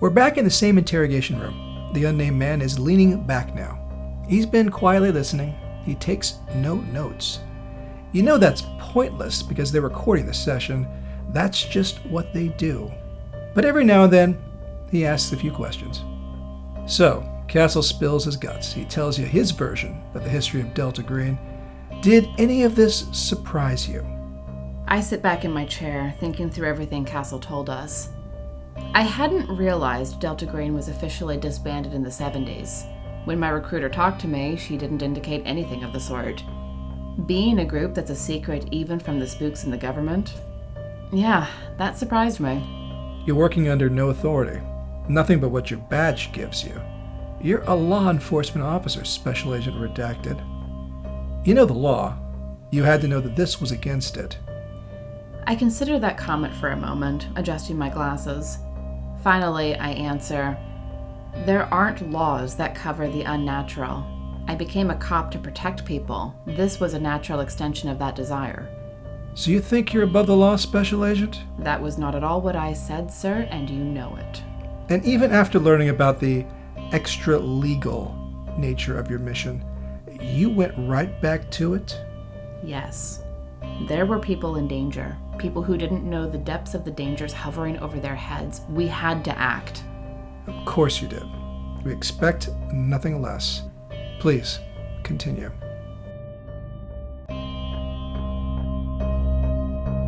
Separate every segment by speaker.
Speaker 1: We're back in the same interrogation room. The unnamed man is leaning back now. He's been quietly listening. He takes no notes. You know that's pointless because they're recording the session. That's just what they do. But every now and then, he asks a few questions. So, Castle spills his guts. He tells you his version of the history of Delta Green. Did any of this surprise you?
Speaker 2: I sit back in my chair, thinking through everything Castle told us. I hadn't realized Delta Green was officially disbanded in the 70s. When my recruiter talked to me, she didn't indicate anything of the sort. Being a group that's a secret even from the spooks in the government? Yeah, that surprised me.
Speaker 1: You're working under no authority, nothing but what your badge gives you. You're a law enforcement officer, Special Agent Redacted. You know the law. You had to know that this was against it.
Speaker 2: I consider that comment for a moment, adjusting my glasses. Finally, I answer There aren't laws that cover the unnatural. I became a cop to protect people. This was a natural extension of that desire.
Speaker 1: So you think you're above the law, Special Agent?
Speaker 2: That was not at all what I said, sir, and you know it.
Speaker 1: And even after learning about the extra legal nature of your mission, you went right back to it?
Speaker 2: Yes. There were people in danger, people who didn't know the depths of the dangers hovering over their heads. We had to act.
Speaker 1: Of course you did. We expect nothing less. Please, continue.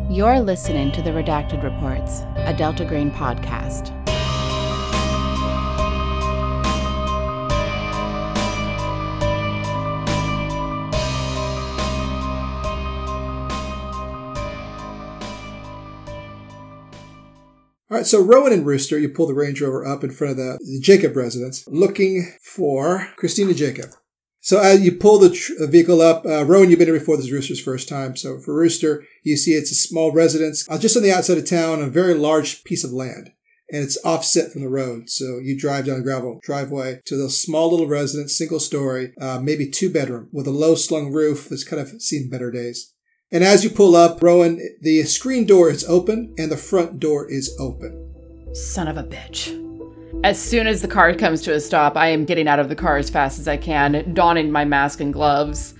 Speaker 2: You're listening to the Redacted Reports, a Delta Green podcast.
Speaker 1: All right, so Rowan and Rooster, you pull the Range Rover up in front of the, the Jacob residence, looking for Christina Jacob. So as you pull the tr- uh, vehicle up, uh, Rowan, you've been here before. This is Rooster's first time. So for Rooster, you see it's a small residence uh, just on the outside of town, a very large piece of land, and it's offset from the road. So you drive down a gravel driveway to the small little residence, single story, uh, maybe two bedroom, with a low slung roof that's kind of seen better days. And as you pull up, Rowan, the screen door is open and the front door is open.
Speaker 2: Son of a bitch. As soon as the car comes to a stop, I am getting out of the car as fast as I can, donning my mask and gloves.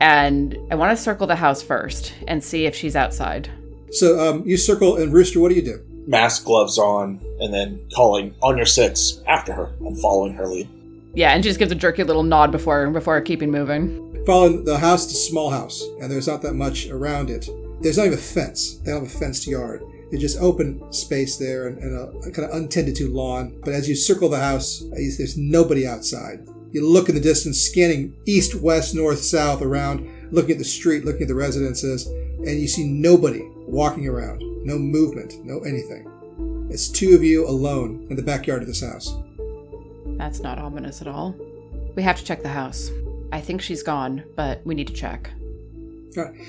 Speaker 2: And I want to circle the house first and see if she's outside.
Speaker 1: So um, you circle and Rooster, what do you do?
Speaker 3: mask gloves on and then calling on your six after her and following her lead.
Speaker 2: Yeah, and she just gives a jerky little nod before before keeping moving.
Speaker 1: Following the house, it's a small house, and there's not that much around it. There's not even a fence. They don't have a fenced yard. It's just open space there and, and a kind of untended to lawn. But as you circle the house, uh, you- there's nobody outside. You look in the distance, scanning east, west, north, south around, looking at the street, looking at the residences, and you see nobody walking around. No movement, no anything. It's two of you alone in the backyard of this house.
Speaker 2: That's not ominous at all. We have to check the house. I think she's gone, but we need to check.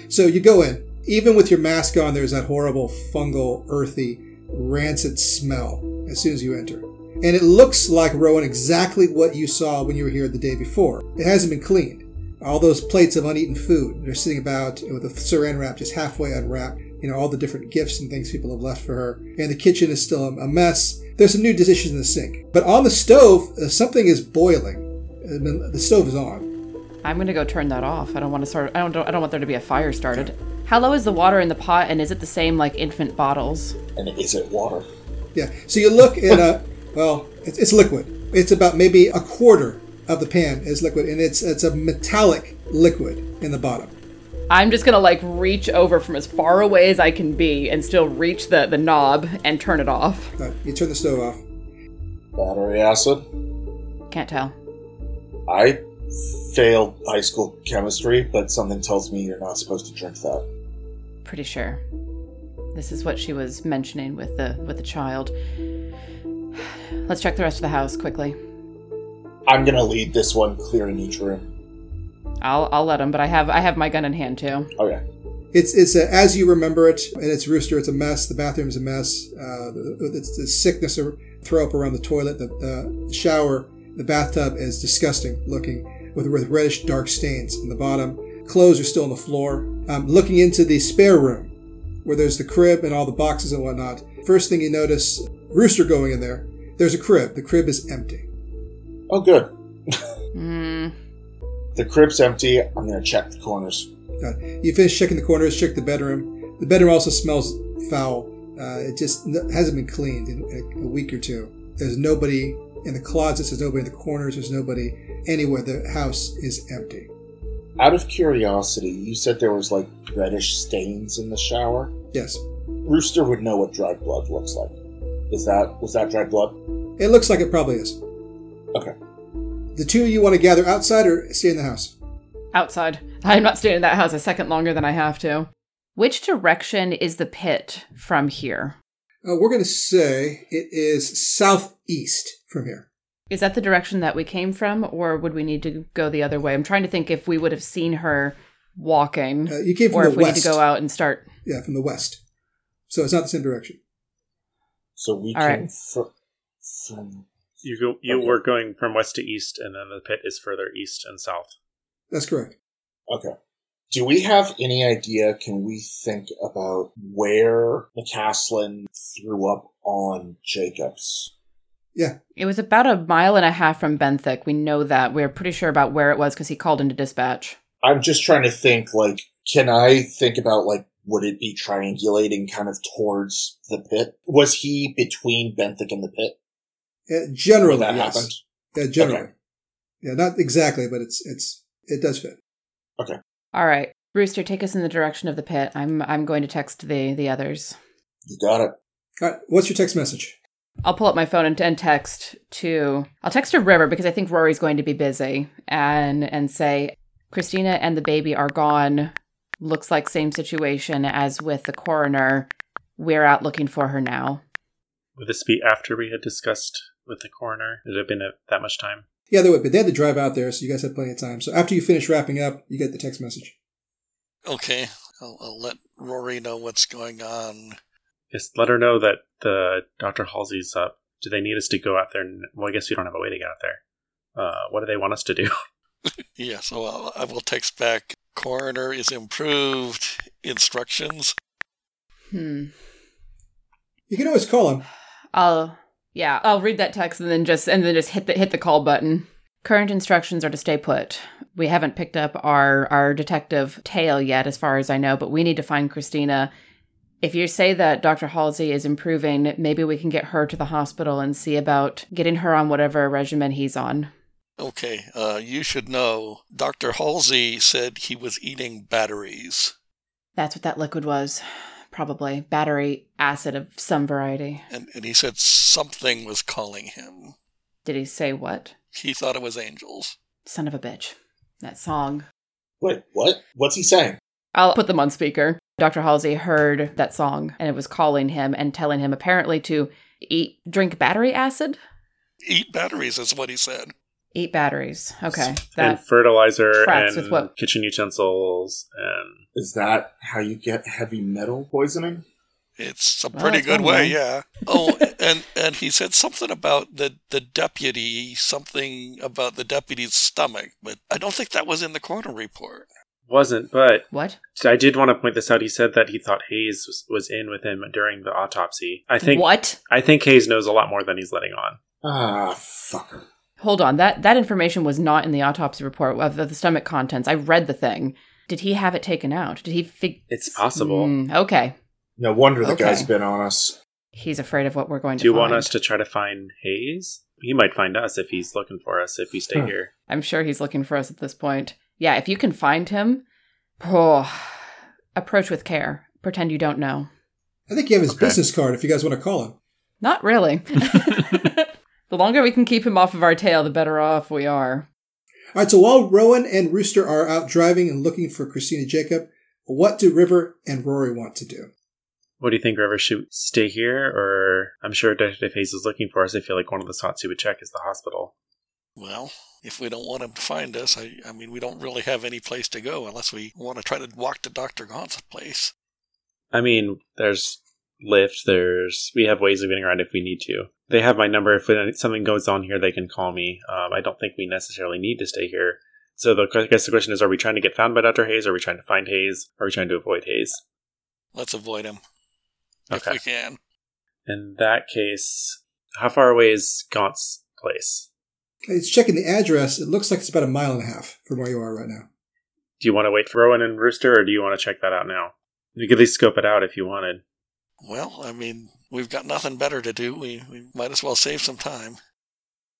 Speaker 1: So you go in. Even with your mask on, there's that horrible fungal, earthy, rancid smell as soon as you enter. And it looks like, Rowan, exactly what you saw when you were here the day before. It hasn't been cleaned. All those plates of uneaten food, they're sitting about with a saran wrap just halfway unwrapped. You know, all the different gifts and things people have left for her. And the kitchen is still a mess. There's some new dishes in the sink. But on the stove, uh, something is boiling. I mean, The stove is on.
Speaker 2: I'm gonna go turn that off. I don't want to start. I don't. I don't want there to be a fire started. How low is the water in the pot, and is it the same like infant bottles?
Speaker 3: And is it water?
Speaker 1: Yeah. So you look at a well, it's, it's liquid. It's about maybe a quarter of the pan is liquid, and it's it's a metallic liquid in the bottom.
Speaker 4: I'm just gonna like reach over from as far away as I can be and still reach the, the knob and turn it off.
Speaker 1: But you turn the stove off.
Speaker 3: Battery acid?
Speaker 2: Can't tell.
Speaker 3: I failed high school chemistry, but something tells me you're not supposed to drink that.
Speaker 2: Pretty sure. This is what she was mentioning with the with the child. Let's check the rest of the house quickly.
Speaker 3: I'm gonna lead this one clearing each room.
Speaker 2: I'll I'll let him, but I have I have my gun in hand too.
Speaker 3: Okay.
Speaker 1: It's it's a, as you remember it, and it's rooster. It's a mess. The bathroom's a mess. Uh, it's the sickness or throw up around the toilet, the, the shower, the bathtub is disgusting looking, with with reddish dark stains in the bottom. Clothes are still on the floor. Um, looking into the spare room, where there's the crib and all the boxes and whatnot. First thing you notice, rooster going in there. There's a crib. The crib is empty.
Speaker 3: Oh, good.
Speaker 2: Mm,
Speaker 3: The crib's empty. I'm gonna check the corners.
Speaker 1: Uh, You finish checking the corners, check the bedroom. The bedroom also smells foul. Uh, it just n- hasn't been cleaned in a, a week or two. There's nobody in the closets. There's nobody in the corners. There's nobody anywhere. The house is empty.
Speaker 3: Out of curiosity, you said there was like reddish stains in the shower.
Speaker 1: Yes,
Speaker 3: Rooster would know what dried blood looks like. Is that was that dried blood?
Speaker 1: it looks like it probably is.
Speaker 3: Okay.
Speaker 1: The two you want to gather outside or stay in the house?
Speaker 5: Outside. I'm not staying in that house a second longer than I have to.
Speaker 2: which direction is the pit from here?
Speaker 1: Uh, we're going to say it is southeast from here.
Speaker 2: Is that the direction that we came from, or would we need to go the other way? I'm trying to think if we would have seen her walking,
Speaker 1: Uh, you came from
Speaker 2: or
Speaker 1: the
Speaker 2: if we
Speaker 1: west.
Speaker 2: need to go out and start.
Speaker 1: Yeah, from the west. So it's not the same direction.
Speaker 3: So we
Speaker 2: All
Speaker 3: can
Speaker 2: right.
Speaker 3: fr- from
Speaker 6: You go, you
Speaker 3: Okay.
Speaker 6: were going from west to east, and then the pit is further east and south.
Speaker 1: That's correct.
Speaker 3: Okay. Do we have any idea? Can we think about where McCaslin threw up on Jacobs?
Speaker 2: It was about a mile and a half from Benthic. We know that. We are pretty sure about where it was because he called into dispatch.
Speaker 3: I'm just trying to think, like, can I think about, like, would it be triangulating kind of towards the pit? Was he between Benthic and the pit?
Speaker 1: Uh, generally,
Speaker 3: That
Speaker 1: yes.
Speaker 3: happened.
Speaker 1: Yeah, generally. Yeah, not exactly, but it's it's it does fit.
Speaker 2: All right, Rooster, take us in the direction of the pit. I'm I'm going to text the the others.
Speaker 3: You got it.
Speaker 1: All right, what's your text message?
Speaker 2: I'll pull up my phone and, and text to I'll text to River because I think Rory's going to be busy and and say Christina and the baby are gone. Looks like same situation as with the coroner. We're out looking for her now.
Speaker 6: Would this be after we had discussed with the coroner? It had been a, that much time.
Speaker 1: Yeah, they would, but they had to drive out there, so you guys had plenty of time. So after you finish wrapping up, you get the text message.
Speaker 7: Okay, I'll, I'll let Rory know what's going on.
Speaker 6: Just let her know that the Dr. Halsey's up. Do they need us to go out there? And, well, I guess we don't have a way to get out there. Uh, what do they want us to do?
Speaker 7: Yeah, so I'll, I will text back. Coroner is improved. Instructions.
Speaker 2: Hmm.
Speaker 1: You can always call him.
Speaker 2: I'll yeah, I'll read that text and then just and then just hit the hit the call button. Current instructions are to stay put. We haven't picked up our our detective tail yet as far as I know, but we need to find Christina. If you say that Dr. Halsey is improving, maybe we can get her to the hospital and see about getting her on whatever regimen he's on.
Speaker 7: Okay, uh, you should know. Dr. Halsey said he was eating batteries.
Speaker 2: That's what that liquid was. Probably battery acid of some variety.
Speaker 7: and, and he said something was calling him.
Speaker 2: Did he say what?
Speaker 7: He thought it was angels.
Speaker 2: Son of a bitch. That song.
Speaker 3: Wait, what? What's he saying?
Speaker 2: I'll put them on speaker. Dr. Halsey heard that song and it was calling him and telling him apparently to eat, drink battery acid,
Speaker 7: Eat batteries is what he said.
Speaker 2: eat batteries. Okay.
Speaker 6: and
Speaker 2: That,
Speaker 6: fertilizer
Speaker 2: tracks
Speaker 6: and
Speaker 2: with what-
Speaker 6: kitchen utensils and
Speaker 3: Is that how you get heavy metal poisoning?
Speaker 7: It's a
Speaker 2: Well,
Speaker 7: pretty
Speaker 2: that's
Speaker 7: good
Speaker 2: one
Speaker 7: way,
Speaker 2: way.
Speaker 7: yeah. Oh, and and he said something about the the deputy, something about the deputy's stomach, but I don't think that was in the coroner report.
Speaker 6: wasn't. But
Speaker 2: what?
Speaker 6: I did want to point this out. He said that he thought Hayes was, was in with him during the autopsy. I think
Speaker 2: what?
Speaker 6: I think Hayes knows a lot more than he's letting on.
Speaker 3: Ah, fucker.
Speaker 2: Hold on. That that information was not in the autopsy report of the, the stomach contents. I read the thing. Did he have it taken out? Did he fig-
Speaker 6: It's possible.
Speaker 2: Mm, okay.
Speaker 3: No wonder the
Speaker 2: Okay.
Speaker 3: guy's been on us.
Speaker 2: He's afraid of what we're going to
Speaker 6: Do you
Speaker 2: find.
Speaker 6: want us to try to find Hayes? He might find us if he's looking for us if we stay
Speaker 3: Huh.
Speaker 6: here.
Speaker 2: I'm sure he's looking for us at this point. Yeah, if you can find him, oh, approach with care. Pretend you don't know.
Speaker 1: I think you have his
Speaker 6: Okay.
Speaker 1: business card if you guys want to call him.
Speaker 2: Not really. the longer we can keep him off of our tail, the better off we are.
Speaker 1: All right, so while Rowan and Rooster are out driving and looking for Christina Jacob, what do River and Rory want to do?
Speaker 6: What do you think, River? Should we stay here, or I'm sure Detective Hayes is looking for us. I feel like one of the spots he would check is the hospital.
Speaker 7: Well, if we don't want him to find us, I, I mean, we don't really have any place to go unless we want to try to walk to Dr. Gaunt's place.
Speaker 6: I mean, there's Lyft. There's we have ways of getting around if we need to. They have my number. If something goes on here, they can call me. Um, I don't think we necessarily need to stay here. So the, I guess the question is: Are we trying to get found by Doctor Hayes? Are we trying to find Hayes? Are we trying to avoid Hayes?
Speaker 7: Let's avoid him if
Speaker 6: Okay.
Speaker 7: we can.
Speaker 6: In that case, How far away is Gaunt's place?
Speaker 1: It's checking the address. It looks like it's about a mile and a half from where you are right now.
Speaker 6: Do you want to wait for Rowan and Rooster, or do you want to check that out now? You could at least scope it out if you wanted.
Speaker 7: Well, I mean, we've got nothing better to do. We, we might as well save some time.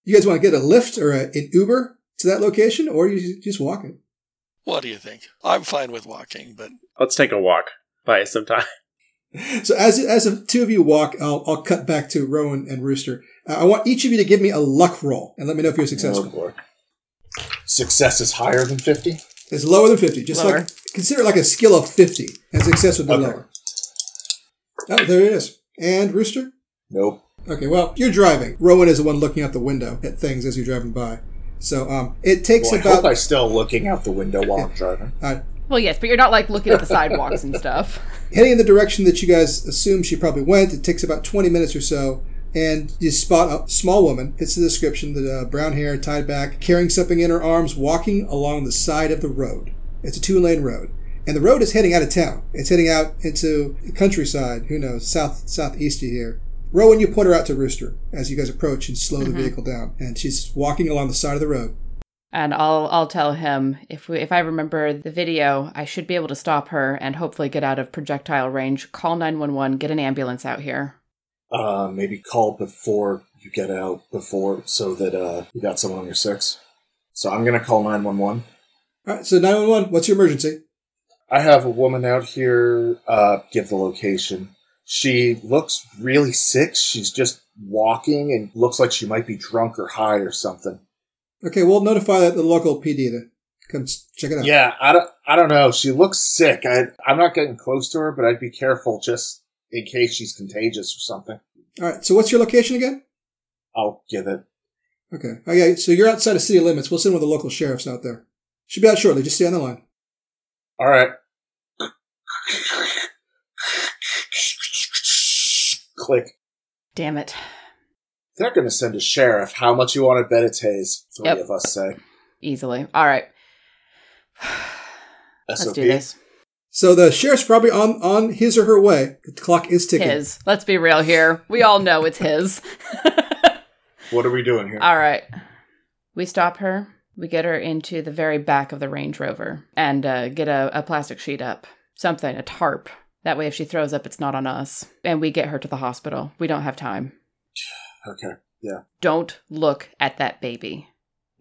Speaker 1: You guys want to get a lift or a, an Uber to that location, or you just walk it?
Speaker 7: What do you think? I'm fine with walking, but
Speaker 6: Let's take a walk. Buy us some time.
Speaker 1: So as as the two of you walk, I'll, I'll cut back to Rowan and Rooster. Uh, I want each of you to give me a luck roll and let me know if you're
Speaker 3: Oh,
Speaker 1: successful.
Speaker 3: boy. Success is higher than 50?
Speaker 1: It's lower than fifty. Just
Speaker 8: Lower.
Speaker 1: like consider it like a skill of fifty, and success would be
Speaker 3: Okay.
Speaker 1: lower. Oh, there it is. And Rooster.
Speaker 3: Nope.
Speaker 1: Okay, well, you're driving. Rowan is the one looking out the window at things as you're driving by. So um, it takes
Speaker 3: Well, I
Speaker 1: about
Speaker 3: hope I'm still looking out the window while I'm driving.
Speaker 8: Well, yes, but you're not like looking at the sidewalks and stuff.
Speaker 1: heading in the direction that you guys assume she probably went. It takes about 20 minutes or so, and you spot a small woman. Fits the description: the uh, brown hair, tied back, carrying something in her arms, walking along the side of the road. It's a two-lane road, and the road is heading out of town. It's heading out into the countryside. Who knows? South southeast of here. Rowan, you point her out to Rooster as you guys approach and slow
Speaker 2: Mm-hmm.
Speaker 1: the vehicle down, and she's walking along the side of the road.
Speaker 2: And I'll I'll tell him if we, if I remember the video, I should be able to stop her and hopefully get out of projectile range. Call 911, get an ambulance out here.
Speaker 3: Uh, maybe call before you get out, before so that uh, you got someone on your six. So I'm gonna call nine one one.
Speaker 1: All right, so 911. What's your emergency?
Speaker 3: I have a woman out here. Uh, give the location. She looks really sick. She's just walking and looks like she might be drunk or high or something.
Speaker 1: Okay, we'll notify the local PD to come s- check it out.
Speaker 3: Yeah, I don't. I don't know. She looks sick. I, I'm not getting close to her, but I'd be careful just in case she's contagious or something.
Speaker 1: All right. So what's your location again?
Speaker 3: I'll give it.
Speaker 1: Okay. Oh, yeah. So you're outside of city limits. We'll send one of the local sheriffs out there. Should be out shortly. Just stay on the line.
Speaker 3: All right. Click.
Speaker 2: Damn it.
Speaker 3: They're going to send a sheriff. How much you want to bet it pays? Three
Speaker 2: Yep.
Speaker 3: of us say.
Speaker 2: Easily. All right. Let's
Speaker 3: SOP.
Speaker 2: do this.
Speaker 1: So the sheriff's probably on, on his or her way. The clock is ticking.
Speaker 8: His. Let's be real here. We all know it's his.
Speaker 3: What are we doing here?
Speaker 2: All right. We stop her. We get her into the very back of the Range Rover and uh, get a, a plastic sheet up, something, a tarp. That way, if she throws up, it's not on us. And we get her to the hospital. We don't have time.
Speaker 3: okay.
Speaker 2: Don't look at that baby.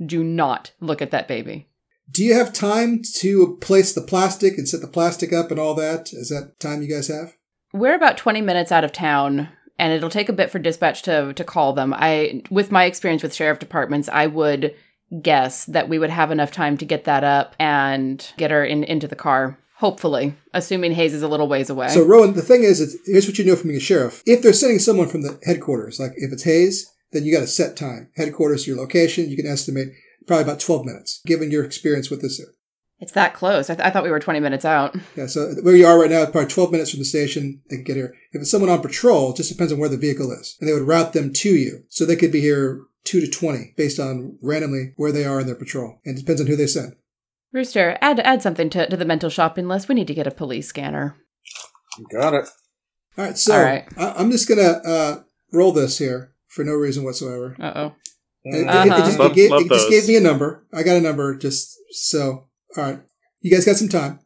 Speaker 2: Do not look at that baby.
Speaker 1: Do you have time to place the plastic and set the plastic up and all that? Is that time you guys have?
Speaker 2: We're about 20 minutes out of town, and it'll take a bit for dispatch to, to call them. I, with my experience with sheriff departments, I would guess that we would have enough time to get that up and get her in into the car. Hopefully, assuming Hayes is a little ways away.
Speaker 1: So Rowan, the thing is, it's, here's what you know from being a sheriff. If they're sending someone from the headquarters, like if it's Hayes, then you got to set time. Headquarters, to your location, you can estimate probably about 12 minutes, given your experience with this
Speaker 2: it's that close. I, th- I thought we were 20 minutes out.
Speaker 1: Yeah, so where you are right now, probably 12 minutes from the station, they could get here. If it's someone on patrol, it just depends on where the vehicle is. And they would route them to you. So they could be here 2 to 20 based on randomly where they are in their patrol. And it depends on who they send.
Speaker 2: Rooster, add add something to, to the mental shopping list. We need to get a police scanner.
Speaker 3: You got it.
Speaker 1: All right, so
Speaker 2: All right.
Speaker 1: I- I'm just going to uh, roll this here for no reason whatsoever.
Speaker 2: Uh oh.
Speaker 1: It-
Speaker 3: Mm.
Speaker 1: it-
Speaker 2: Uh-huh.
Speaker 1: It, just- it
Speaker 6: Love-
Speaker 1: gave,
Speaker 6: love
Speaker 1: it just
Speaker 6: those.
Speaker 1: gave me a number. I got a number just so. All right. You guys got some time.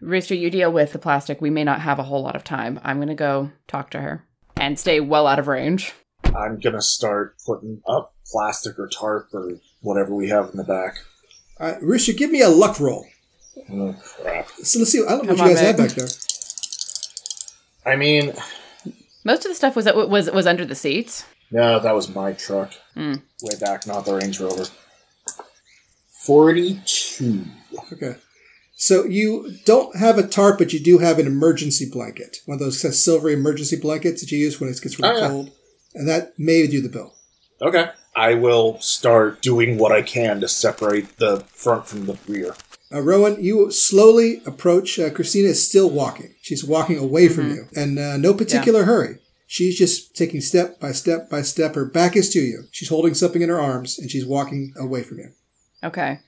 Speaker 2: Rooster, you deal with the plastic. We may not have a whole lot of time. I'm going to go talk to her and stay well out of range.
Speaker 3: I'm going to start putting up plastic or tarp or whatever we have in the back.
Speaker 1: All right, Rooster, give me a luck roll.
Speaker 3: Oh, crap.
Speaker 1: So let's see. I don't know
Speaker 2: Come
Speaker 1: what
Speaker 2: on,
Speaker 1: you guys have
Speaker 2: man.
Speaker 1: back there.
Speaker 3: I mean,
Speaker 2: Most of the stuff was was was under the seats.
Speaker 3: no, that was my truck.
Speaker 2: Mm.
Speaker 3: Way back, not the Range Rover. 42.
Speaker 1: Okay. So you don't have a tarp, but you do have an emergency blanket, one of those uh, silvery emergency blankets that you use when it gets really
Speaker 3: Oh, yeah.
Speaker 1: cold, and that may do the bill.
Speaker 3: Okay. I will start doing what I can to separate the front from the rear.
Speaker 1: Uh, Rowan, you slowly approach. Uh, Christina is still walking. She's walking away from you, and uh, no particular hurry. She's just taking step by step by step. Her back is to you. She's holding something in her arms, and she's walking away from you.
Speaker 2: Okay.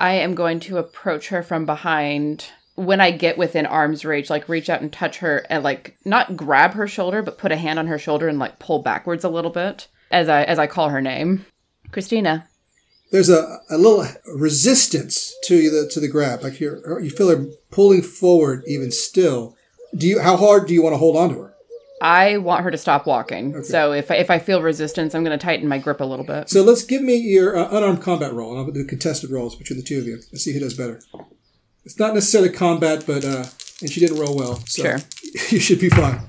Speaker 2: I am going to approach her from behind. When I get within arm's reach, like reach out and touch her and like not grab her shoulder, but put a hand on her shoulder and like pull backwards a little bit as I as I call her name. Christina.
Speaker 1: There's a, a little resistance to the to the grab. Like you're, her- you feel her pulling forward even still. Do you? How hard do you want to hold on to her?
Speaker 2: I want her to stop walking.
Speaker 1: Okay.
Speaker 2: So if I, if I feel resistance, I'm going to tighten my grip a little bit.
Speaker 1: So let's give me your uh, unarmed combat roll, and I'll do contested rolls between the two of you. Let's see who does better. It's not necessarily combat, but uh, and she didn't roll well, so
Speaker 2: Sure.
Speaker 1: you should be fine.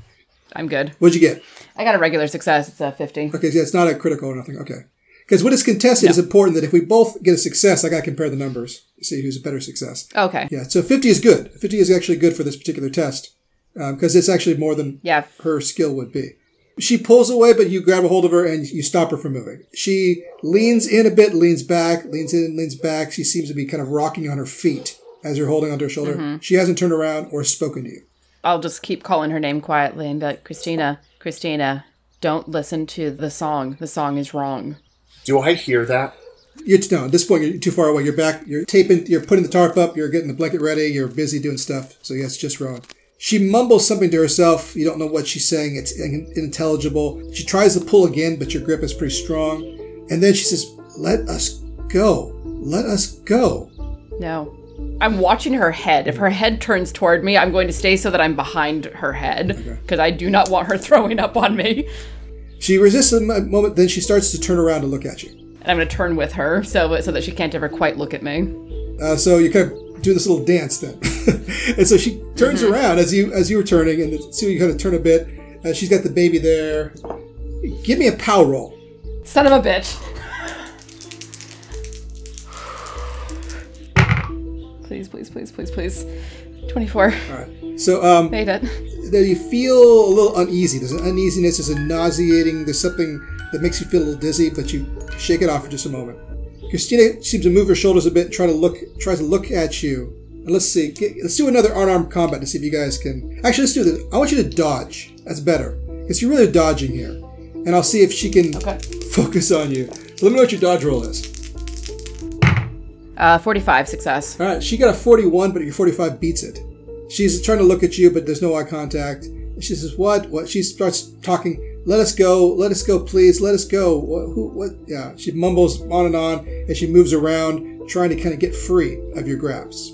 Speaker 2: I'm good.
Speaker 1: What'd you get?
Speaker 2: I got a regular success. It's a 50.
Speaker 1: Okay, yeah, it's not a critical or nothing. Okay, because what is contested is important. That if we both get a success, I got to compare the numbers, see who's a better success.
Speaker 2: Okay.
Speaker 1: Yeah, so 50 is good. 50 is actually good for this particular test because it's actually more than
Speaker 2: Yeah.
Speaker 1: her skill would be. She pulls away, but you grab a hold of her and you stop her from moving. She leans in a bit, leans back, leans in, leans back. She seems to be kind of rocking on her feet as you're holding onto her shoulder. She hasn't turned around or spoken to you.
Speaker 2: I'll just keep calling her name quietly and be like, Christina, Christina, don't listen to the song. The song is wrong.
Speaker 3: Do I hear that?
Speaker 1: You're no, at this point you're too far away. You're back. You're taping. You're putting the tarp up. You're getting the blanket ready. You're busy doing stuff. So yes, just wrong. She mumbles something to herself. You don't know what she's saying. It's in- unintelligible. She tries to pull again, but your grip is pretty strong. And then she says, "Let us go. Let us go."
Speaker 2: No. I'm watching her head. If her head turns toward me, I'm going to stay so that I'm behind her head because I do not want her throwing up on me.
Speaker 1: She resists a mo- moment. Then she starts to turn around to look at you.
Speaker 2: And I'm going to turn with her so so that she can't ever quite look at me.
Speaker 1: Uh, so you kind of do this little dance then, and so she turns around as you as you were turning, and so you kind of turn a bit. Uh, she's got the baby there. Give me a pow roll.
Speaker 2: Son of a bitch. please, please, please, please, please. 24.
Speaker 1: So um,
Speaker 2: Made it.
Speaker 1: that you feel a little uneasy. There's an uneasiness. There's a nauseating. There's something that makes you feel a little dizzy, but you shake it off for just a moment. Christina seems to move her shoulders a bit, and try to look, tries to look at you. And let's see. Get, let's do another unarmed combat to see if you guys can. Actually, let's do this. I want you to dodge. That's better because you're really dodging here, and I'll see if she can focus on you. So let me know what your dodge roll is.
Speaker 2: Uh, 45 success.
Speaker 1: All right, she got a 41, but your 45 beats it. She's trying to look at you, but there's no eye contact. And she says, "What? What?" She starts talking. Let us go. Let us go, please. Let us go. What? Who? What? Yeah. She mumbles on and on, and she moves around, trying to kind of get free of your grabs.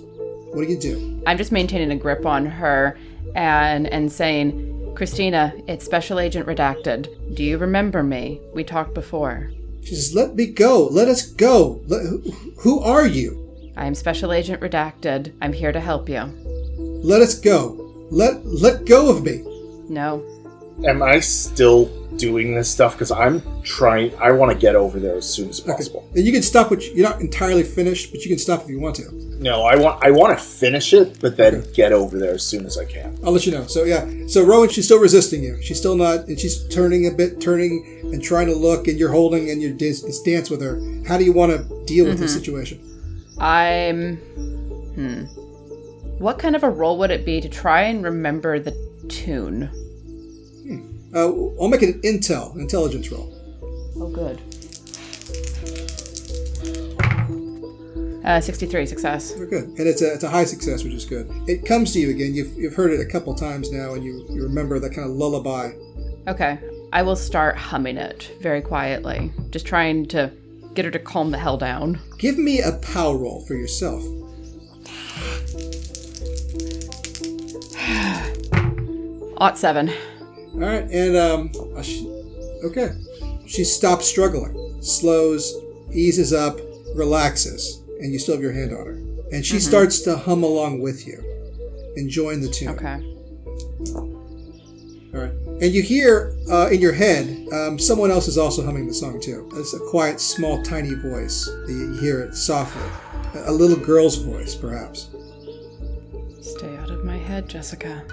Speaker 1: What do you do?
Speaker 2: I'm just maintaining a grip on her and and saying, Christina, it's Special Agent Redacted. Do you remember me? We talked before.
Speaker 1: She says, "Let me go. Let us go. Let, who, who are you?
Speaker 2: I am Special Agent Redacted. I'm here to help you.
Speaker 1: Let us go. Let let go of me."
Speaker 2: No.
Speaker 3: Am I still doing this stuff? Because I'm trying. I want to get over there as soon as possible.
Speaker 1: And you can stop. What you- you're not entirely finished, but you can stop if you want to.
Speaker 3: No, I want. I want to finish it, but then get over there as soon as I can.
Speaker 1: I'll let you know. So yeah, so Rowan, she's still resisting you. She's still not, and she's turning a bit, turning and trying to look, and you're holding and you're dance, this dance with her. How do you want to deal with this situation?
Speaker 2: I'm. Hmm. What kind of a role would it be to try and remember the tune?
Speaker 1: Uh, I'll make it an intel intelligence roll.
Speaker 2: Oh, good. Uh, 63 success.
Speaker 1: We're good, and it's a it's a high success, which is good. It comes to you again. You've, you've heard it a couple times now, and you you remember that kind of lullaby.
Speaker 2: Okay. I will start humming it very quietly, just trying to get her to calm the hell down.
Speaker 1: Give me a pow roll for yourself.
Speaker 2: Ought seven.
Speaker 1: All right, and um, uh, she, okay, she stops struggling, slows, eases up, relaxes, and you still have your hand on her, and she starts to hum along with you, enjoying the tune.
Speaker 2: Okay.
Speaker 1: All right, and you hear uh, in your head um, someone else is also humming the song too. It's a quiet, small, tiny voice. You hear it softly, a a little girl's voice, perhaps.
Speaker 2: Stay out of my head, Jessica.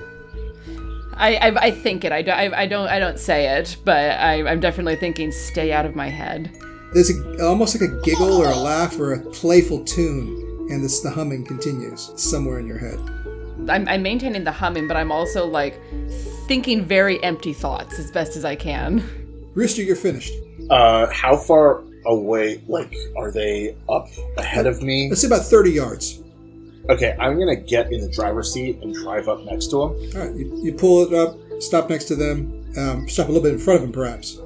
Speaker 2: I, I, I think it. I, do, I, I don't I don't say it, but I, I'm definitely thinking stay out of my head.
Speaker 1: There's a, almost like a giggle or a laugh or a playful tune, and this the humming continues somewhere in your head.
Speaker 2: I'm, I'm maintaining the humming, but I'm also like thinking very empty thoughts as best as I can.
Speaker 1: Rooster, you're finished.
Speaker 3: Uh, how far away? Like, are they up ahead of me?
Speaker 1: Let's say about 30 yards.
Speaker 3: Okay, I'm gonna get in the driver's seat and drive up next to him.
Speaker 1: All right, you, you pull it up, stop next to them, um, stop a little bit in front of them, perhaps.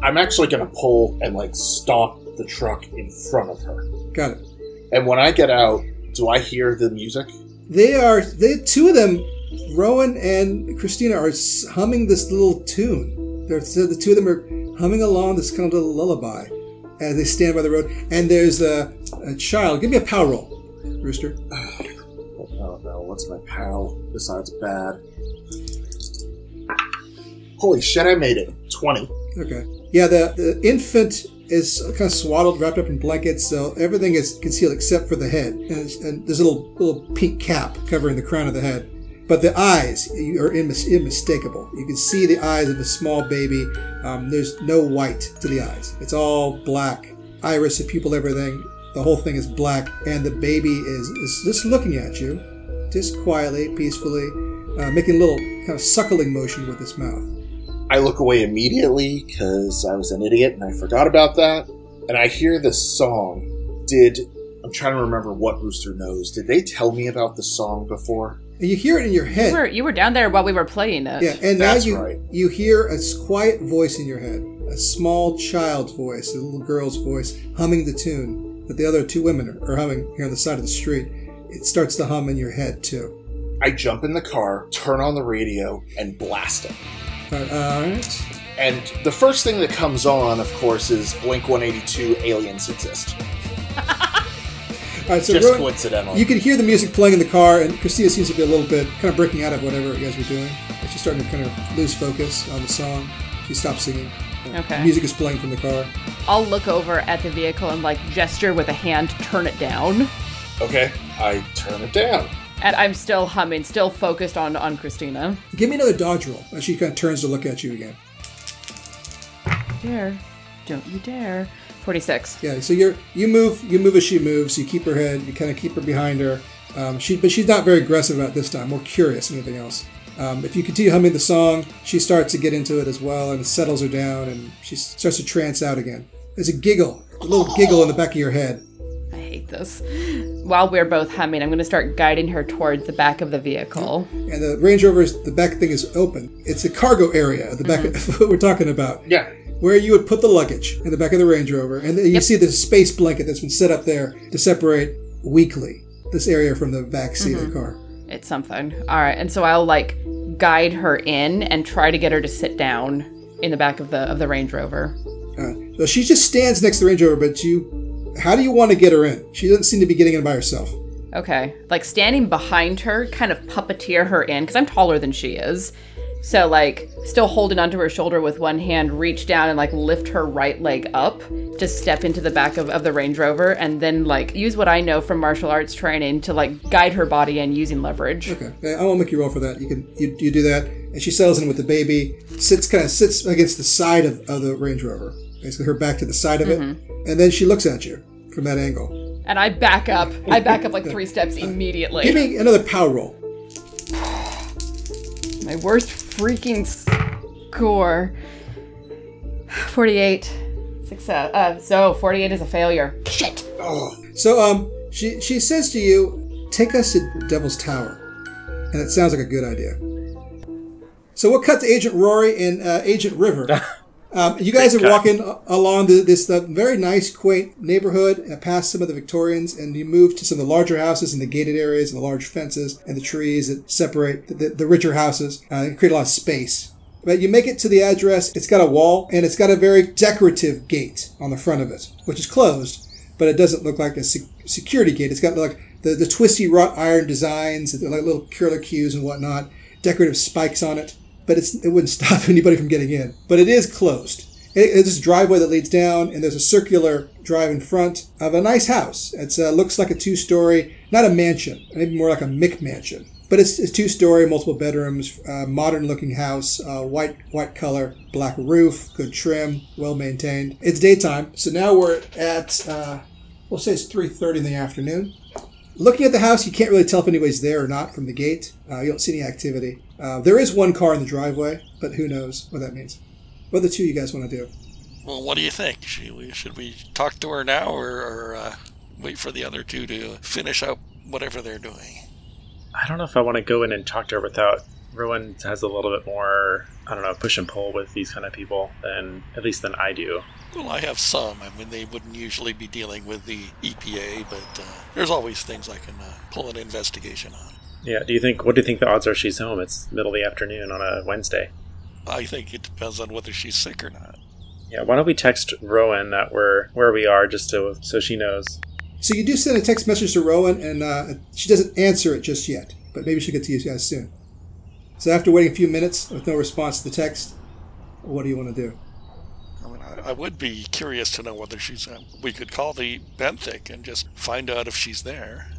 Speaker 3: I'm actually going to pull and like stop the truck in front of her.
Speaker 1: Got it.
Speaker 3: And when I get out, do I hear the music?
Speaker 1: They are they two of them, Rowan and Christina are s- humming this little tune. They're so the two of them are humming along this kind of little lullaby as they stand by the road. And there's a, a child. Give me a power roll, Rooster.
Speaker 3: Oh no, what's my pal besides bad? Holy shit, I made it. 20.
Speaker 1: Okay. Yeah, the, the infant is kind of swaddled, wrapped up in blankets, so everything is concealed except for the head. And, it's- and there's a little, little pink cap covering the crown of the head. But the eyes you- are inmis- unmistakable. You can see the eyes of a small baby. Um, there's no white to the eyes, it's all black. Iris, and pupil, everything. The whole thing is black, and the baby is, is just looking at you, just quietly, peacefully, uh, making a little kind of suckling motion with its mouth.
Speaker 3: I look away immediately because I was an idiot and I forgot about that. And I hear this song. Did. I'm trying to remember what Rooster knows. Did they tell me about the song before?
Speaker 1: And you hear it in your head.
Speaker 2: You were, you were down there while we were playing it.
Speaker 1: Yeah, and
Speaker 3: That's
Speaker 1: now you
Speaker 3: right.
Speaker 1: you hear a s- quiet voice in your head, a small child's voice, a little girl's voice, humming the tune that the other two women are, are humming here on the side of the street. It starts to hum in your head too.
Speaker 3: I jump in the car, turn on the radio, and blast it.
Speaker 1: All right, uh, all right.
Speaker 3: And the first thing that comes on, of course, is Blink 182 Aliens Exist.
Speaker 1: All right, so
Speaker 3: Just
Speaker 1: Rowan,
Speaker 3: coincidental.
Speaker 1: you can hear the music playing in the car, and Christina seems to be a little bit kind of breaking out of whatever you guys were doing. She's starting to kind of lose focus on the song. She stops singing.
Speaker 2: Okay.
Speaker 1: Music is playing from the car.
Speaker 2: I'll look over at the vehicle and like gesture with a hand, to turn it down.
Speaker 3: okay, I turn it down.
Speaker 2: And I'm still humming, still focused on on Christina.
Speaker 1: Give me another dodge roll. And she kind of turns to look at you again.
Speaker 2: Dare, don't you dare. Forty six.
Speaker 1: Yeah, so you're you move you move as she moves. You keep her head. You kind of keep her behind her. Um, she but she's not very aggressive about this time. More curious than anything else. Um, if you continue humming the song, she starts to get into it as well, and it settles her down, and she s- starts to trance out again. There's a giggle, a little giggle in the back of your head.
Speaker 2: I hate this. While we're both humming, I'm gonna start guiding her towards the back of the vehicle.
Speaker 1: And the Range Rover's the back thing is open. It's the cargo area at the back of what we're talking about,
Speaker 3: Yeah.
Speaker 1: where you would put the luggage in the back of the Range Rover, and then you see the space blanket that's been set up there to separate weekly this area from the back seat of the car.
Speaker 2: It's something. All right, and so I'll like guide her in and try to get her to sit down in the back of the of the Range Rover.
Speaker 1: Uh, so she just stands next to the Range Rover, but you, how do you want to get her in? She doesn't seem to be getting in by herself.
Speaker 2: Okay. Like standing behind her, kind of puppeteer her in, because I'm taller than she is. So, like, still holding onto her shoulder with one hand, reach down and, like, lift her right leg up to step into the back of, of the Range Rover, and then, like, use what I know from martial arts training to, like, guide her body in using leverage.
Speaker 1: Okay, yeah, I won't make you roll for that. You can you, you do that, and she settles in with the baby. Sits kind of sits against the side of, of the Range Rover, basically her back to the side of it, and then she looks at you from that angle.
Speaker 2: And I back up. I back up, like, three steps immediately.
Speaker 1: Give me another power roll.
Speaker 2: My worst freaking score 48. Success. Uh, so, 48 is a failure. Shit.
Speaker 1: So um, she she says to you, "Take us to Devil's Tower," and it sounds like a good idea. So we'll cut to Agent Rory and uh, Agent River. Um, you guys are walking a- along the, this uh, very nice, quaint neighborhood, uh, past some of the Victorians, and you move to some of the larger houses and the gated areas and the large fences and the trees that separate the, the, the richer houses uh, and create a lot of space. But you make it to the address. It's got a wall and it's got a very decorative gate on the front of it, which is closed, but it doesn't look like a se- security gate. It's got like the, the twisty wrought iron designs, and like little curlicues and whatnot, decorative spikes on it. But it's, it wouldn't stop anybody from getting in. But it is closed. It, it's this driveway that leads down, and there's a circular drive in front of a nice house. It uh, looks like a two-story, not a mansion, maybe more like a McMansion. But it's, it's two-story, multiple bedrooms, uh, modern-looking house, uh, white white color, black roof, good trim, well maintained. It's daytime, so now we're at uh, we'll say it's three thirty in the afternoon. Looking at the house, you can't really tell if anybody's there or not from the gate. Uh, you don't see any activity. Uh, there is one car in the driveway, but who knows what that means. What are the two you guys want to do?
Speaker 7: Well, what do you think? Should we, should we talk to her now or, or uh, wait for the other two to finish up whatever they're doing?
Speaker 6: I don't know if I want to go in and talk to her without Rowan has a little bit more, I don't know, push and pull with these kind of people than, at least than I do.
Speaker 7: Well, I have some. I mean, they wouldn't usually be dealing with the EPA, but uh, there's always things I can uh, pull an investigation on.
Speaker 6: Yeah. Do you think, what do you think the odds are she's home? It's middle of the afternoon on a Wednesday.
Speaker 7: I think it depends on whether she's sick or not.
Speaker 6: Yeah. Why don't we text Rowan that we're where we are just so, so she knows?
Speaker 1: So you do send a text message to Rowan, and uh, she doesn't answer it just yet, but maybe she'll get to you guys soon. So after waiting a few minutes with no response to the text, what do you want to do?
Speaker 7: I mean, I, I would be curious to know whether she's. Uh, we could call the benthic and just find out if she's there.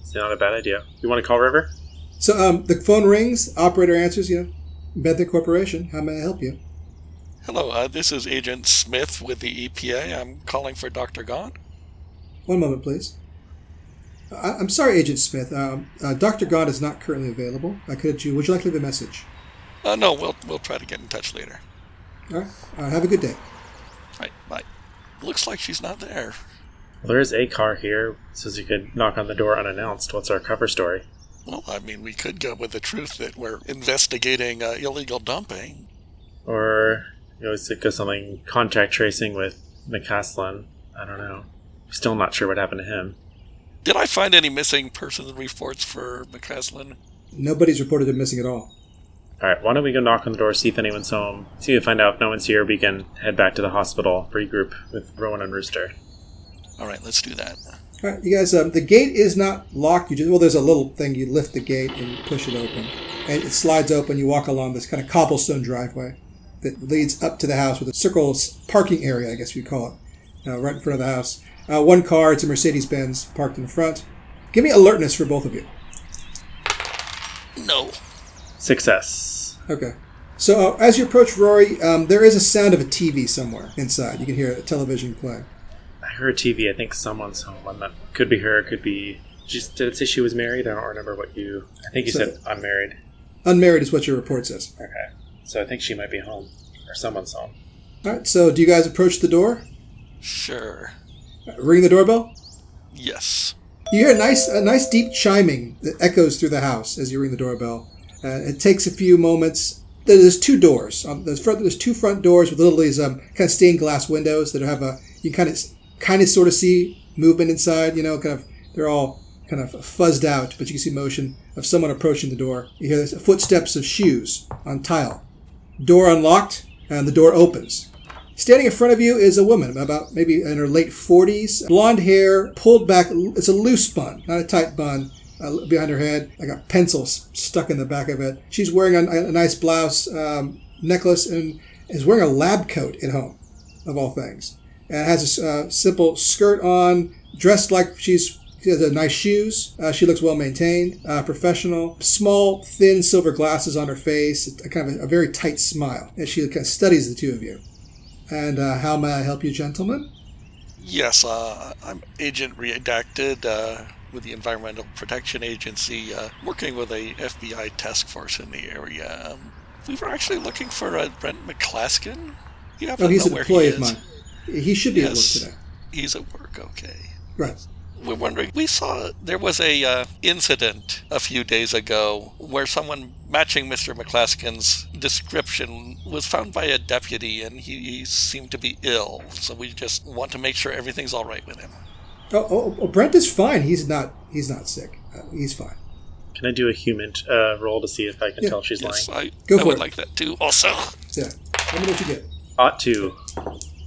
Speaker 6: It's not a bad idea. You want to call River?
Speaker 1: So um, the phone rings, operator answers, you know, Benthic Corporation, how may I help you?
Speaker 7: Hello, uh, this is Agent Smith with the EPA. I'm calling for Dr. Gaunt.
Speaker 1: One moment, please. I- I'm sorry, Agent Smith. Um, uh, Dr. God is not currently available. Uh, could you, would you like to leave a message?
Speaker 7: Uh, no, we'll we'll try to get in touch later.
Speaker 1: All right. Uh, have a good day.
Speaker 7: Right, bye. Looks like she's not there.
Speaker 6: There is a car here. Says you could knock on the door unannounced. What's our cover story?
Speaker 7: Well, I mean, we could go with the truth that we're investigating uh, illegal dumping.
Speaker 6: Or you know, it goes something contact tracing with McCaslin. I don't know. Still not sure what happened to him.
Speaker 7: Did I find any missing person reports for McCaslin?
Speaker 1: Nobody's reported him missing at all.
Speaker 6: All right, why don't we go knock on the door, see if anyone's home, see if we find out if no one's here. We can head back to the hospital, regroup with Rowan and Rooster.
Speaker 7: All right, let's do that.
Speaker 1: All right, you guys. Um, the gate is not locked. You just well, there's a little thing. You lift the gate and push it open, and it slides open. You walk along this kind of cobblestone driveway that leads up to the house with a circle s- parking area, I guess you'd call it, uh, right in front of the house. Uh, one car. It's a Mercedes Benz parked in front. Give me alertness for both of you.
Speaker 7: No.
Speaker 6: Success.
Speaker 1: Okay. So uh, as you approach Rory, um, there is a sound of a TV somewhere inside. You can hear a television playing.
Speaker 6: I heard TV. I think someone's home. I'm not, could be her. Could be. Just did it say she was married? I don't remember what you. I think you
Speaker 1: So-
Speaker 6: said I'm married.
Speaker 1: Unmarried is what your report says.
Speaker 6: Okay. So I think she might be home or someone's home.
Speaker 1: All right. So do you guys approach the door?
Speaker 7: Sure.
Speaker 1: Uh, Ring the doorbell.
Speaker 7: Yes.
Speaker 1: You hear a nice, a nice deep chiming that echoes through the house as you ring the doorbell. Uh, it takes a few moments. There- There's two doors. Um, there's, front, there's two front doors with little these um, kind of stained glass windows that have a you kind of kind of sort of see movement inside. You know, kind of they're all kind of fuzzed out, but you can see motion of someone approaching the door. You hear the footsteps of shoes on tile. Door unlocked and the door opens. Standing in front of you is a woman, about maybe in her late 40s, blonde hair, pulled back. It's a loose bun, not a tight bun, uh, behind her head, like a pencil s- stuck in the back of it. She's wearing a, a nice blouse, um, necklace, and is wearing a lab coat at home, of all things. And has a s- uh, simple skirt on, dressed like she's. She has a nice shoes. Uh, she looks well maintained, uh, professional. Small, thin silver glasses on her face. A kind of a, a very tight smile as she kind of studies the two of you. And uh, how may I help you, gentlemen?
Speaker 7: Yes, uh, I'm Agent Redacted uh, with the Environmental Protection Agency, uh, working with a FBI task force in the area. Um, we were actually looking for uh, Brent McClaskin. You happen
Speaker 1: Oh, he's
Speaker 7: to
Speaker 1: an
Speaker 7: know where
Speaker 1: employee
Speaker 7: he
Speaker 1: of
Speaker 7: is.
Speaker 1: mine. He should be
Speaker 7: Yes.
Speaker 1: at work today.
Speaker 7: He's at work, okay.
Speaker 1: Right.
Speaker 7: We're wondering. We saw there was a uh, incident a few days ago where someone matching Mr. McClaskin's description was found by a deputy, and he, he seemed to be ill. So we just want to make sure everything's all right with him.
Speaker 1: Oh, oh, oh, Brent is fine. He's not. He's not sick. Uh, he's fine.
Speaker 6: Can I do a human uh, roll to see if I can
Speaker 1: Yeah.
Speaker 6: tell she's
Speaker 7: Yes,
Speaker 6: lying?
Speaker 7: I,
Speaker 1: Go
Speaker 7: I
Speaker 1: for
Speaker 7: would
Speaker 1: it.
Speaker 7: like that too. Also,
Speaker 1: Yeah. Let me know what you get.
Speaker 6: Ought to.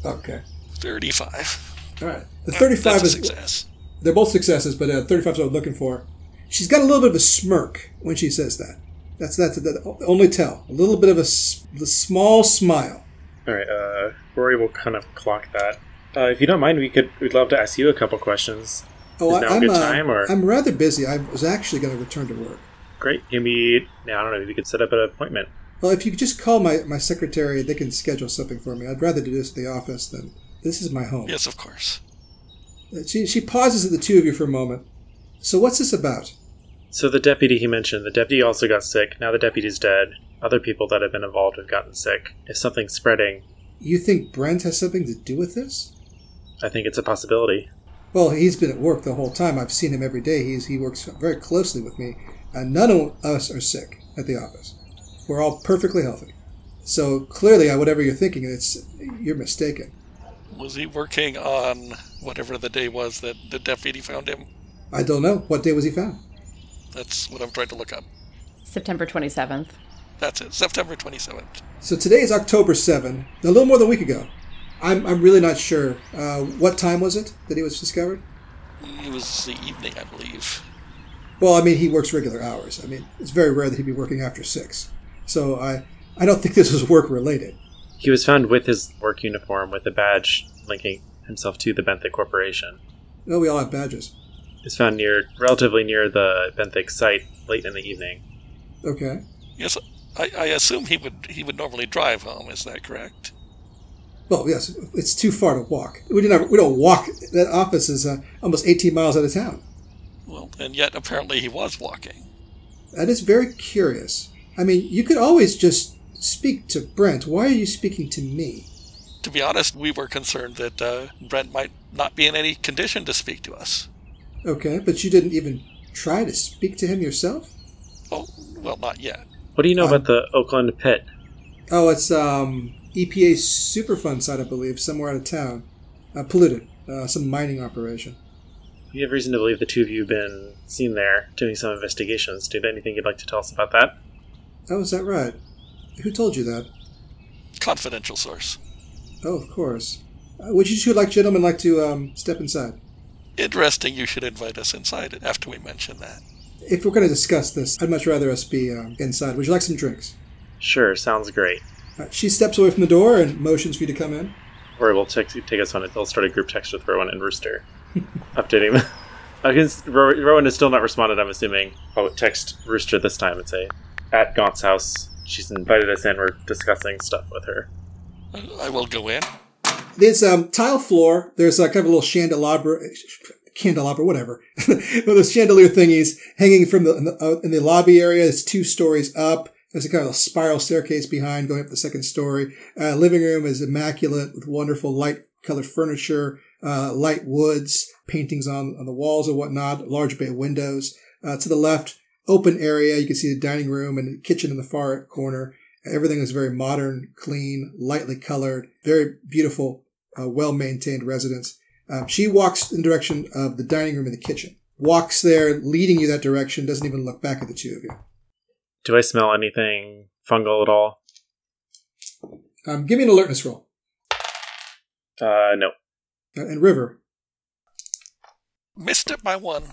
Speaker 1: Okay.
Speaker 7: thirty-five.
Speaker 1: All right. The thirty-five
Speaker 7: That's a
Speaker 1: is.
Speaker 7: success.
Speaker 1: They're both successes, but uh, thirty-five is what I'm looking for. She's got a little bit of a smirk when she says that. That's that's the only tell. A little bit of a, s- the small smile.
Speaker 6: All right. Uh, Rory will kind of clock that. Uh, if you don't mind, we could. We'd love to ask you a couple questions.
Speaker 1: Oh,
Speaker 6: Is now a
Speaker 1: I, am
Speaker 6: good time, or-
Speaker 1: I'm rather busy. I was actually going to return to work.
Speaker 6: Great. Can we? Now I don't know. Maybe we could set up an appointment.
Speaker 1: Well, if you could just call my, my secretary, they can schedule something for me. I'd rather do this at the office than this is my home. Uh,
Speaker 7: Yes, of course.
Speaker 1: She, she pauses at the two of you for a moment. So, what's this about?
Speaker 6: So the deputy he mentioned, the deputy also got sick. Now the deputy's dead. Other people that have been involved have gotten sick. If something's spreading,
Speaker 1: You think Brent has something to do with this?
Speaker 6: I think it's a possibility.
Speaker 1: Well, he's been at work the whole time. I've seen him every day. He's, he works very closely with me. Uh, none of us are sick at the office. We're all perfectly healthy. So clearly, uh, whatever you're thinking, it's you're mistaken.
Speaker 7: Was he working on whatever the day was that the deputy found him?
Speaker 1: I don't know. What day was he found?
Speaker 7: That's what I'm trying to look up.
Speaker 2: September 27th.
Speaker 7: That's it, September 27th.
Speaker 1: So today is October 7, a little more than a week ago. I'm, I'm really not sure. Uh, what time was it that he was discovered?
Speaker 7: It was the evening, I believe.
Speaker 1: Well, I mean, he works regular hours. I mean, it's very rare that he'd be working after 6. So I, I don't think this was work related.
Speaker 6: He was found with his work uniform with a badge linking himself to the Benthic Corporation.
Speaker 1: No, we all have badges.
Speaker 6: He was found near, relatively near the Benthic site late in the evening.
Speaker 1: Okay.
Speaker 7: Yes, I, I assume he would he would normally drive home. Is that correct?
Speaker 1: Well, yes, it's too far to walk. We, do not, we don't walk. That office is uh, almost 18 miles out of town.
Speaker 7: Well, and yet apparently he was walking.
Speaker 1: That is very curious. I mean, you could always just speak to Brent. Why are you speaking to me?
Speaker 7: To be honest, we were concerned that uh, Brent might not be in any condition to speak to us.
Speaker 1: Okay, but you didn't even try to speak to him yourself?
Speaker 7: Oh, well, not yet.
Speaker 6: What do you know about the Oakland pit?
Speaker 1: Oh, it's um, EPA Superfund site, I believe, somewhere out of town. Uh, polluted. Uh, some mining operation.
Speaker 6: We have reason to believe the two of you have been seen there doing some investigations. Do you have anything you'd like to tell us about that?
Speaker 1: Oh, is that right? Who told you that?
Speaker 7: Confidential source.
Speaker 1: Oh, of course. Uh, would you two like gentlemen like to um, step inside?
Speaker 7: Interesting you should invite us inside after we mention that.
Speaker 1: If we're going to discuss this, I'd much rather us be um, inside. Would you like some drinks?
Speaker 6: Sure, sounds great.
Speaker 1: Uh, she steps away from the door and motions for you to come in.
Speaker 6: Or we'll text, take us on it. They'll start a group text with Rowan and Rooster. Updating them. I guess Ro- Rowan has still not responded, I'm assuming. I'll text Rooster this time and say, at Gaunt's house, she's invited us in. We're discussing stuff with her.
Speaker 7: I, I will go in.
Speaker 1: There's um, tile floor. There's uh, kind of a little candelabra, candelabra, whatever. One of those chandelier thingies hanging from the in the, uh, in the lobby area. It's two stories up. There's a kind of a spiral staircase behind going up the second story. Uh, living room is immaculate with wonderful light colored furniture, uh, light woods, paintings on, on the walls and whatnot, large bay windows. Uh, to the left, open area. You can see the dining room and kitchen in the far corner. Everything is very modern, clean, lightly colored, very beautiful, uh, well maintained residence. Um, she walks in the direction of the dining room and the kitchen. Walks there, leading you that direction, doesn't even look back at the two of you.
Speaker 6: Do I smell anything fungal at all?
Speaker 1: Um, give me an alertness roll.
Speaker 6: Uh, no.
Speaker 1: Uh, and River,
Speaker 7: Missed it by one.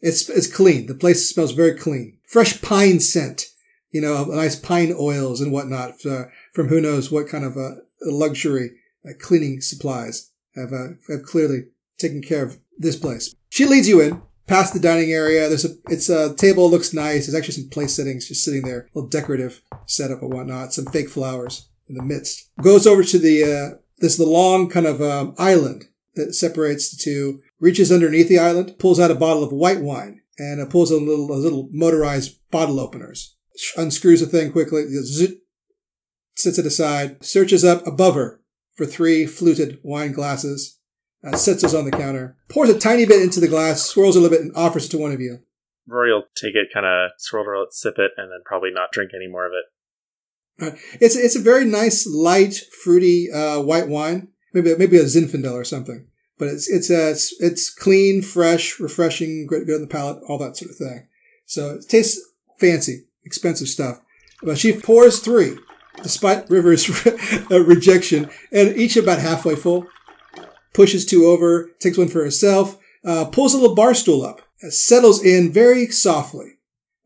Speaker 1: it's it's clean. The place smells very clean. Fresh pine scent, you know, nice pine oils and whatnot uh, from who knows what kind of uh, luxury uh, cleaning supplies have uh, have clearly taken care of this place. She leads you in past the dining area. There's a it's a table looks nice. There's actually some place settings just sitting there, a little decorative setup and whatnot. Some fake flowers in the midst. Goes over to the uh, this the long kind of um, island that separates the two. Reaches underneath the island, pulls out a bottle of white wine, and uh, pulls a little a little motorized bottle openers. Unscrews the thing quickly. Zoot, sets it aside. Searches up above her for three fluted wine glasses uh, sets those on the counter, pours a tiny bit into the glass, swirls a little bit, and offers it to one of you.
Speaker 6: Rory will take it, kind of swirl it, sip it, and then probably not drink any more of it.
Speaker 1: It's it's a very nice, light, fruity uh, white wine, maybe maybe a Zinfandel or something. But it's it's uh, it's, it's clean, fresh, refreshing, good, good on the palate, all that sort of thing. So it tastes fancy, expensive stuff. But she pours three, despite River's uh, rejection, and each about halfway full. pushes two over, takes one for herself, uh, pulls a little bar stool up, uh, settles in very softly,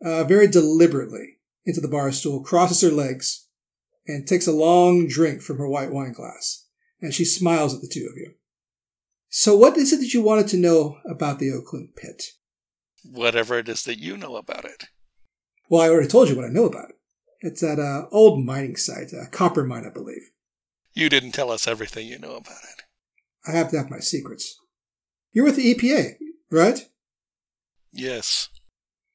Speaker 1: uh, very deliberately into the bar stool, crosses her legs, and takes a long drink from her white wine glass. And she smiles at the two of you. So, what is it that you wanted to know about the Oakland pit?
Speaker 7: Whatever it is that you know about it.
Speaker 1: Well, I already told you what I know about it. It's that uh, old mining site, uh, copper mine, I believe.
Speaker 7: You didn't tell us everything you know about it.
Speaker 1: I have to have my secrets. You're with the EPA, right?
Speaker 7: Yes.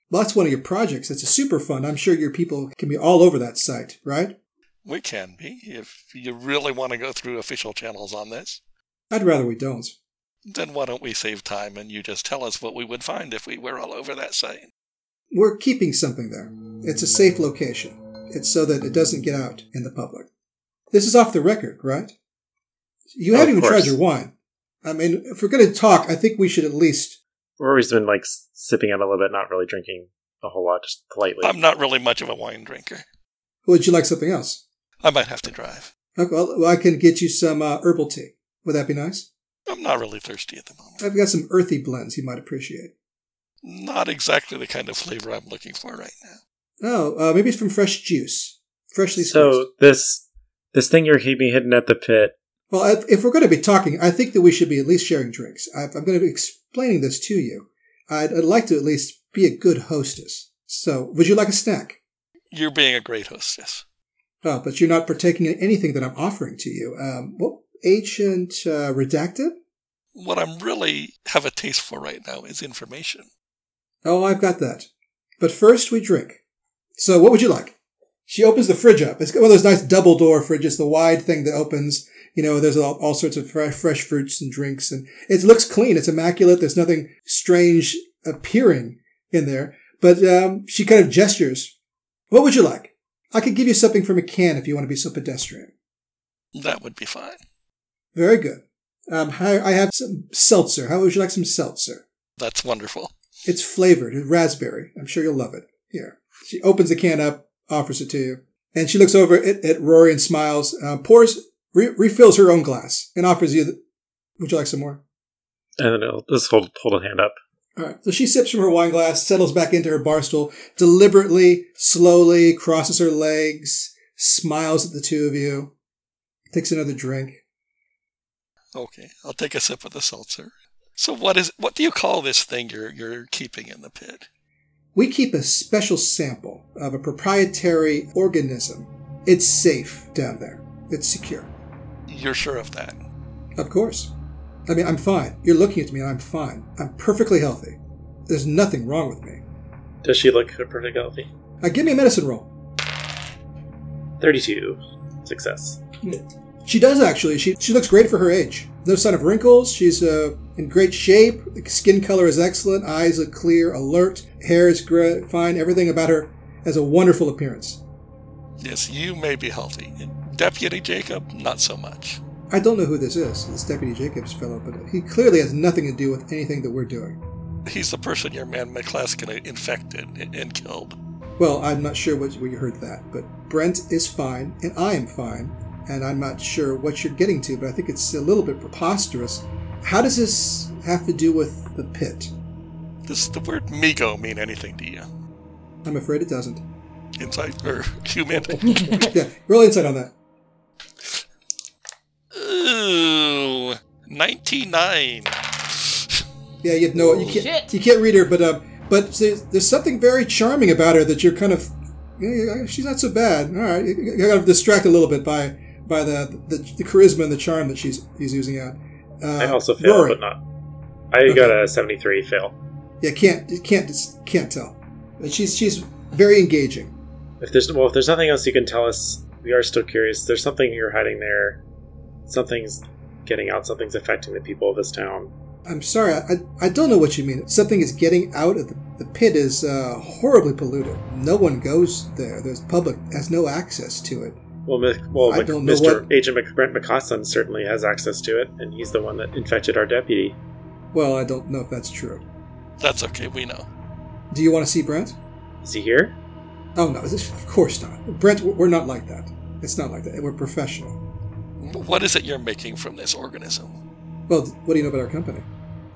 Speaker 1: Well, that's one of your projects. It's a super fund. I'm sure your people can be all over that site, right?
Speaker 7: We can be, if you really want to go through official channels on this.
Speaker 1: I'd rather we don't.
Speaker 7: Then why don't we save time and you just tell us what we would find if we were all over that site?
Speaker 1: We're keeping something there. It's a safe location. It's so that it doesn't get out in the public. This is off the record, right? You
Speaker 6: Of
Speaker 1: haven't even tried
Speaker 6: course.
Speaker 1: your wine. I mean, if we're going to talk, I think we should at least.
Speaker 6: Rory's been like s- sipping out a little bit, not really drinking a whole lot, just politely.
Speaker 7: I'm not really much of a wine drinker.
Speaker 1: Would you like something else?
Speaker 7: I might have to drive.
Speaker 1: Okay, well, well, I can get you some uh, herbal tea. Would that be nice?
Speaker 7: I'm not really thirsty at the moment.
Speaker 1: I've got some earthy blends you might appreciate.
Speaker 7: Not exactly the kind of flavor I'm looking for right now.
Speaker 1: Oh, uh, maybe it's from fresh juice, freshly
Speaker 6: so
Speaker 1: squeezed.
Speaker 6: this this thing you're keeping hidden at the pit.
Speaker 1: Well, if, if we're going to be talking, I think that we should be at least sharing drinks. I, I'm going to be explaining this to you. I'd, I'd like to at least be a good hostess. So, would you like a snack?
Speaker 7: You're being a great hostess.
Speaker 1: Oh, but you're not partaking in anything that I'm offering to you. Um, what ancient uh, redacted?
Speaker 7: What I'm really have a taste for right now is information.
Speaker 1: Oh, I've got that. But first, we drink. So, what would you like? She opens the fridge up. It's one of those nice double door fridges, the wide thing that opens. You know, there's all, all sorts of fresh, fresh fruits and drinks, and it looks clean. It's immaculate. There's nothing strange appearing in there. But um, she kind of gestures. What would you like? I could give you something from a can if you want to be so pedestrian.
Speaker 7: That would be fine.
Speaker 1: Very good. Um, hi- I have some seltzer. How would you like some seltzer?
Speaker 7: That's wonderful.
Speaker 1: It's flavored with raspberry. I'm sure you'll love it. Here. She opens the can up, offers it to you. And she looks over at, at Rory and smiles, uh, pours, re- refills her own glass, and offers you. The, would you like some more?
Speaker 6: And then it'll just hold hold a hand up.
Speaker 1: All right. So she sips from her wine glass, settles back into her bar stool, deliberately, slowly crosses her legs, smiles at the two of you, takes another drink.
Speaker 7: Okay, I'll take a sip of the seltzer. So what is what do you call this thing you're you're keeping in the pit?
Speaker 1: We keep a special sample of a proprietary organism. It's safe down there. It's secure.
Speaker 7: You're sure of that?
Speaker 1: Of course. I mean, I'm fine. You're looking at me and I'm fine. I'm perfectly healthy. There's nothing wrong with me.
Speaker 6: Does she look perfect healthy?
Speaker 1: Now give me a medicine roll.
Speaker 6: Thirty two, success.
Speaker 1: She does actually. She she looks great for her age. No sign of wrinkles. She's uh, in great shape. Skin color is excellent. Eyes look clear, alert. Hair is gr- fine. Everything about her has a wonderful appearance.
Speaker 7: Yes, you may be healthy. Deputy Jacob, not so much.
Speaker 1: I don't know who this is, this Deputy Jacobs fellow, but he clearly has nothing to do with anything that we're doing.
Speaker 7: He's the person your man McClaskey infected and killed.
Speaker 1: Well, I'm not sure what, where you heard that, but Brent is fine, and I am fine, and I'm not sure what you're getting to, but I think it's a little bit preposterous. How does this have to do with the pit?
Speaker 7: Does the word migo mean anything to you?
Speaker 1: I'm afraid it doesn't.
Speaker 7: Inside or human?
Speaker 1: Yeah, roll insight on that.
Speaker 7: Ooh, ninety-nine.
Speaker 1: Yeah, you know you can't
Speaker 9: Shit.
Speaker 1: you can't read her, but um, but there's, there's something very charming about her that you're kind of, yeah, yeah, she's not so bad. All right, you- you're kind of distracted a little bit by by the the, the charisma and the charm that she's he's using out. Uh,
Speaker 6: I also failed,
Speaker 1: Rory.
Speaker 6: but not. I got a seventy three fail.
Speaker 1: Yeah, can't you can't just can't tell. But she's she's very engaging.
Speaker 6: If there's well, if there's nothing else you can tell us, we are still curious. There's something you're hiding there. Something's getting out. Something's affecting the people of this town.
Speaker 1: I'm sorry, I, I don't know what you mean. Something is getting out of the, the pit is uh, horribly polluted. No one goes there. There's public has no access to it.
Speaker 6: Well, Mc, well,
Speaker 1: I
Speaker 6: Mc,
Speaker 1: don't know
Speaker 6: Mr.
Speaker 1: what-
Speaker 6: Agent Mc, Brent McCosson certainly has access to it, and he's the one that infected our deputy.
Speaker 1: Well, I don't know if that's true.
Speaker 7: That's okay. We know.
Speaker 1: Do you want to see Brent?
Speaker 6: Is he here?
Speaker 1: Oh no, this, of course not. Brent, we're we're not like that. It's not like that. We're professional.
Speaker 7: What is it you're making from this organism?
Speaker 1: Well, what do you know about our company?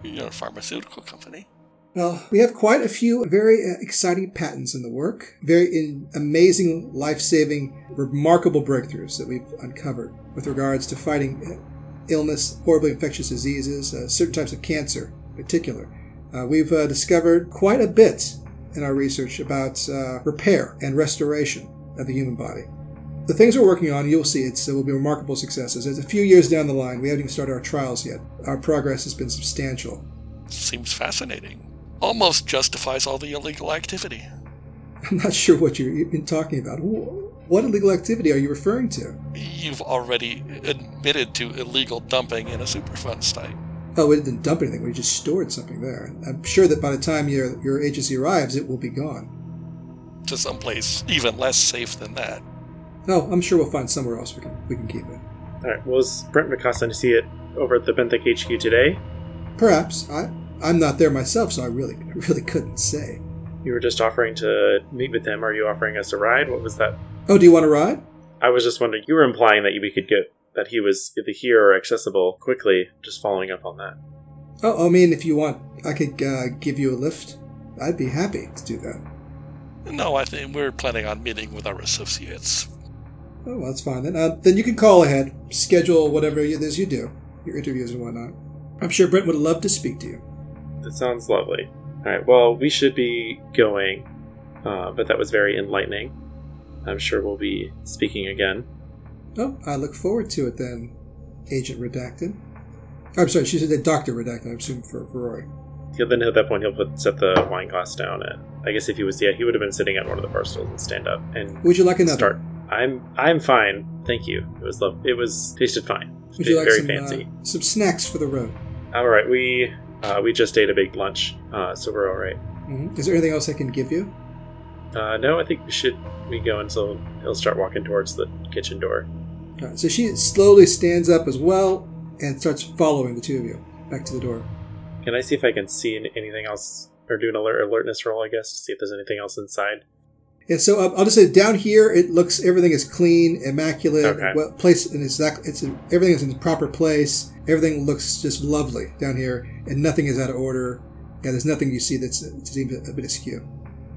Speaker 7: You're a pharmaceutical company.
Speaker 1: Well, we have quite a few very uh, exciting patents in the work, very in amazing, life saving, remarkable breakthroughs that we've uncovered with regards to fighting uh, illness, horribly infectious diseases, uh, certain types of cancer in particular. Uh, we've uh, discovered quite a bit in our research about uh, repair and restoration of the human body. The things we're working on, you'll see, it's, it will be remarkable successes. It's a few years down the line. We haven't even started our trials yet. Our progress has been substantial.
Speaker 7: Seems fascinating. Almost justifies all the illegal activity.
Speaker 1: I'm not sure what you're even talking about. Wh- What illegal activity are you referring to?
Speaker 7: You've already admitted to illegal dumping in a Superfund site.
Speaker 1: Oh, we didn't dump anything. We just stored something there. I'm sure that by the time your your agency arrives, it will be gone.
Speaker 7: to someplace even less safe than that.
Speaker 1: Oh, I'm sure we'll find somewhere else we can we can keep it.
Speaker 6: All right. Was Brent McCosta going to see it over at the Benthic HQ today?
Speaker 1: Perhaps I I'm not there myself, so I really really couldn't say.
Speaker 6: You were just offering to meet with him. Are you offering us a ride? What was that?
Speaker 1: Oh, do you want to ride?
Speaker 6: I was just wondering. You were implying that we could get that he was either here or accessible quickly. Just following up on that.
Speaker 1: Oh, I mean, if you want, I could uh, give you a lift. I'd be happy to do that.
Speaker 7: No, I think we're planning on meeting with our associates.
Speaker 1: Oh, well, that's fine then. Uh, then you can call ahead, schedule whatever it is you do, your interviews and whatnot. I'm sure Brent would love to speak to you.
Speaker 6: That sounds lovely. All right. Well, we should be going, uh, but that was very enlightening. I'm sure we'll be speaking again.
Speaker 1: Oh, I look forward to it then, Agent Redacted. I'm sorry, she said Doctor Redacted. I assume for, for Roy.
Speaker 6: Yeah, then at that point he'll put set the wine glass down, and I guess if he was yeah he would have been sitting at one of the bar stools and stand up and
Speaker 1: Would you like another?
Speaker 6: start. I'm I'm fine, thank you. It was love. It was tasted fine.
Speaker 1: Would you like
Speaker 6: very
Speaker 1: some
Speaker 6: fancy.
Speaker 1: Uh, some snacks for the road?
Speaker 6: All right, we uh, we just ate a big lunch, uh, so we're all right.
Speaker 1: hmm Is there anything else I can give you?
Speaker 6: Uh, no, I think we should we go until he'll start walking towards the kitchen door.
Speaker 1: All right, so she slowly stands up as well and starts following the two of you back to the door.
Speaker 6: Can I see if I can see an- anything else or do an alert alertness roll? I guess to see if there's anything else inside.
Speaker 1: Yeah, so uh, I'll just say down here, it looks everything is clean, immaculate,
Speaker 6: Okay.
Speaker 1: well placed in exact. It's in, everything is in the proper place. Everything looks just lovely down here, and nothing is out of order. Yeah, there's nothing you see that's that seems a bit askew.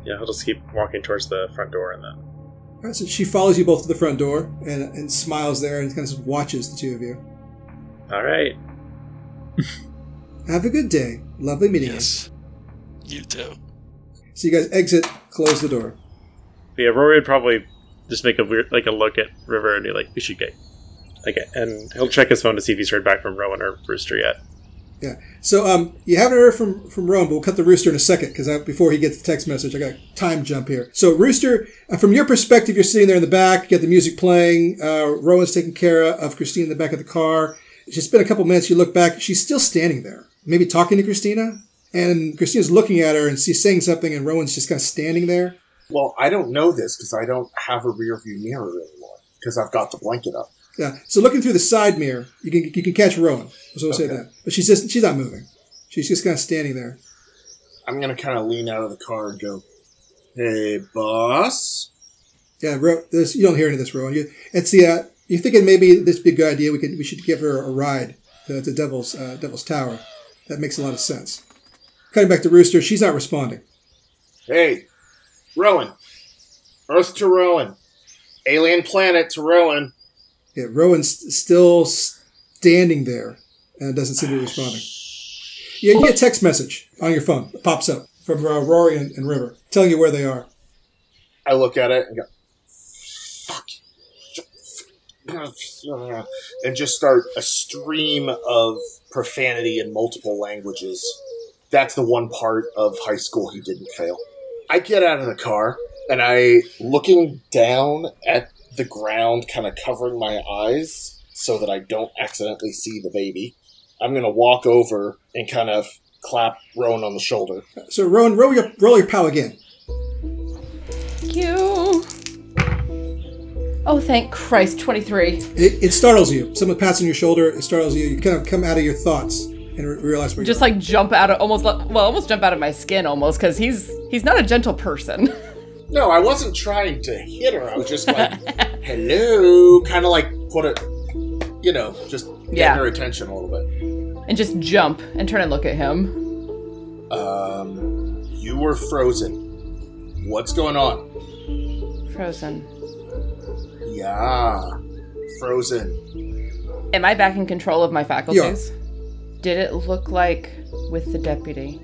Speaker 6: Yeah, he'll just keep walking towards the front door and then.
Speaker 1: All right, so she follows you both to the front door and, and smiles there and kind of just watches the two of you.
Speaker 6: All right,
Speaker 1: Have a good day. Lovely meeting
Speaker 7: Yes. You too.
Speaker 1: you. So you guys exit, close the door.
Speaker 6: yeah, Rory would probably just make a weird like a look at River and be like, "We should get." Okay, and he'll check his phone to see if he's heard back from Rowan or Brewster yet.
Speaker 1: Yeah. So um, you haven't heard from from Rome, but we'll cut the rooster in a second because before he gets the text message, I got a time jump here. So rooster, uh, from your perspective, you're sitting there in the back, you got the music playing. Uh, Rowan's taking care of Christine in the back of the car. It's been a couple minutes. You look back, she's still standing there, maybe talking to Christina, and Christina's looking at her and she's saying something, and Rowan's just kind of standing there.
Speaker 3: Well, I don't know this because I don't have a rear view mirror anymore because I've got the blanket up.
Speaker 1: Yeah. So looking through the side mirror, you can you can catch Rowan. So we'll say
Speaker 3: Okay.
Speaker 1: that, but she's just she's not moving. She's just kind of standing there.
Speaker 3: I'm gonna kind of lean out of the car and go, "Hey, boss."
Speaker 1: Yeah, Ro, this, you don't hear any of this, Rowan. You, it's the uh, you're thinking maybe this would be a good idea. We could we should give her a ride to the Devil's uh, Devil's Tower. That makes a lot of sense. Cutting back to Rooster, she's not responding.
Speaker 3: Hey, Rowan. Earth to Rowan. Alien planet to Rowan.
Speaker 1: Yeah, Rowan's st- still standing there and doesn't seem to be responding. Yeah, you get a text message on your phone. It pops up from uh, Rory and, and River telling you where they are.
Speaker 3: I look at it and go, fuck. And just start a stream of profanity in multiple languages. That's the one part of high school he didn't fail. I get out of the car and I, looking down at the ground, kind of covering my eyes so that I don't accidentally see the baby, I'm going to walk over and kind of clap Rowan on the shoulder.
Speaker 1: So Rowan, roll your roll your POW again.
Speaker 2: You. Oh, thank Christ, 23.
Speaker 1: It, it startles you. Someone pats on your shoulder. It startles you. You kind of come out of your thoughts and re- realize where
Speaker 2: Just
Speaker 1: you are.
Speaker 2: like jump out of almost, like- well, almost jump out of my skin almost, because he's he's not a gentle person.
Speaker 3: No, I wasn't trying to hit her. I was just like, hello, kind of like put it, you know, just get
Speaker 2: Yeah.
Speaker 3: her attention a little bit.
Speaker 2: and just jump and turn and look at him.
Speaker 3: Um, you were frozen. What's going on?
Speaker 2: Frozen.
Speaker 3: Yeah, frozen.
Speaker 2: Am I back in control of my faculties?
Speaker 1: You
Speaker 2: Did it look like with the deputy?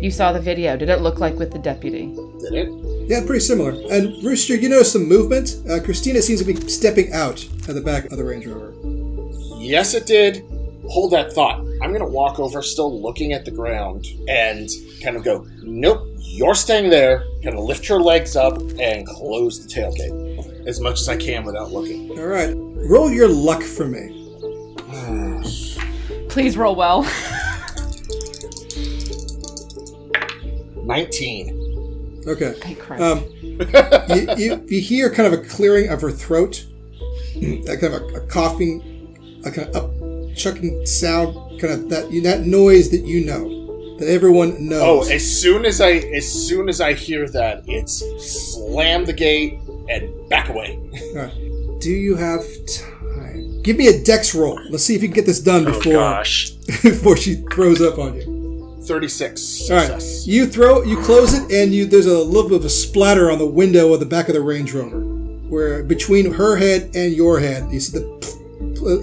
Speaker 2: You saw the video. Did it look like with the deputy?
Speaker 3: Did it?
Speaker 1: Yeah, pretty similar. And Rooster, you notice some movement. Uh, Christina seems to be stepping out of the back of the Range Rover.
Speaker 3: Yes, it did. Hold that thought. I'm gonna walk over, still looking at the ground, and kind of go, nope, you're staying there. Gonna lift your legs up and close the tailgate as much as I can without looking.
Speaker 1: All right, roll your luck for me.
Speaker 2: Please roll well.
Speaker 3: 19.
Speaker 1: Okay.
Speaker 2: Thank Christ.
Speaker 1: Um, you, you, you hear kind of a clearing of her throat, a kind of a, a coughing, a kind of up chucking sound, kind of that you, that noise that you know, that everyone
Speaker 3: Oh,
Speaker 1: knows.
Speaker 3: as soon as I as soon as I hear that, it's slam the gate and back away.
Speaker 6: Oh.
Speaker 1: Do you have time? Give me a dex roll. Let's see if you can get this done
Speaker 6: Oh
Speaker 1: before
Speaker 6: gosh.
Speaker 1: before she throws up on you.
Speaker 3: Thirty six.
Speaker 1: All right,
Speaker 3: Success.
Speaker 1: you throw, you close it, and you there's a little bit of a splatter on the window of the back of the Range Rover, where between her head and your head, you see the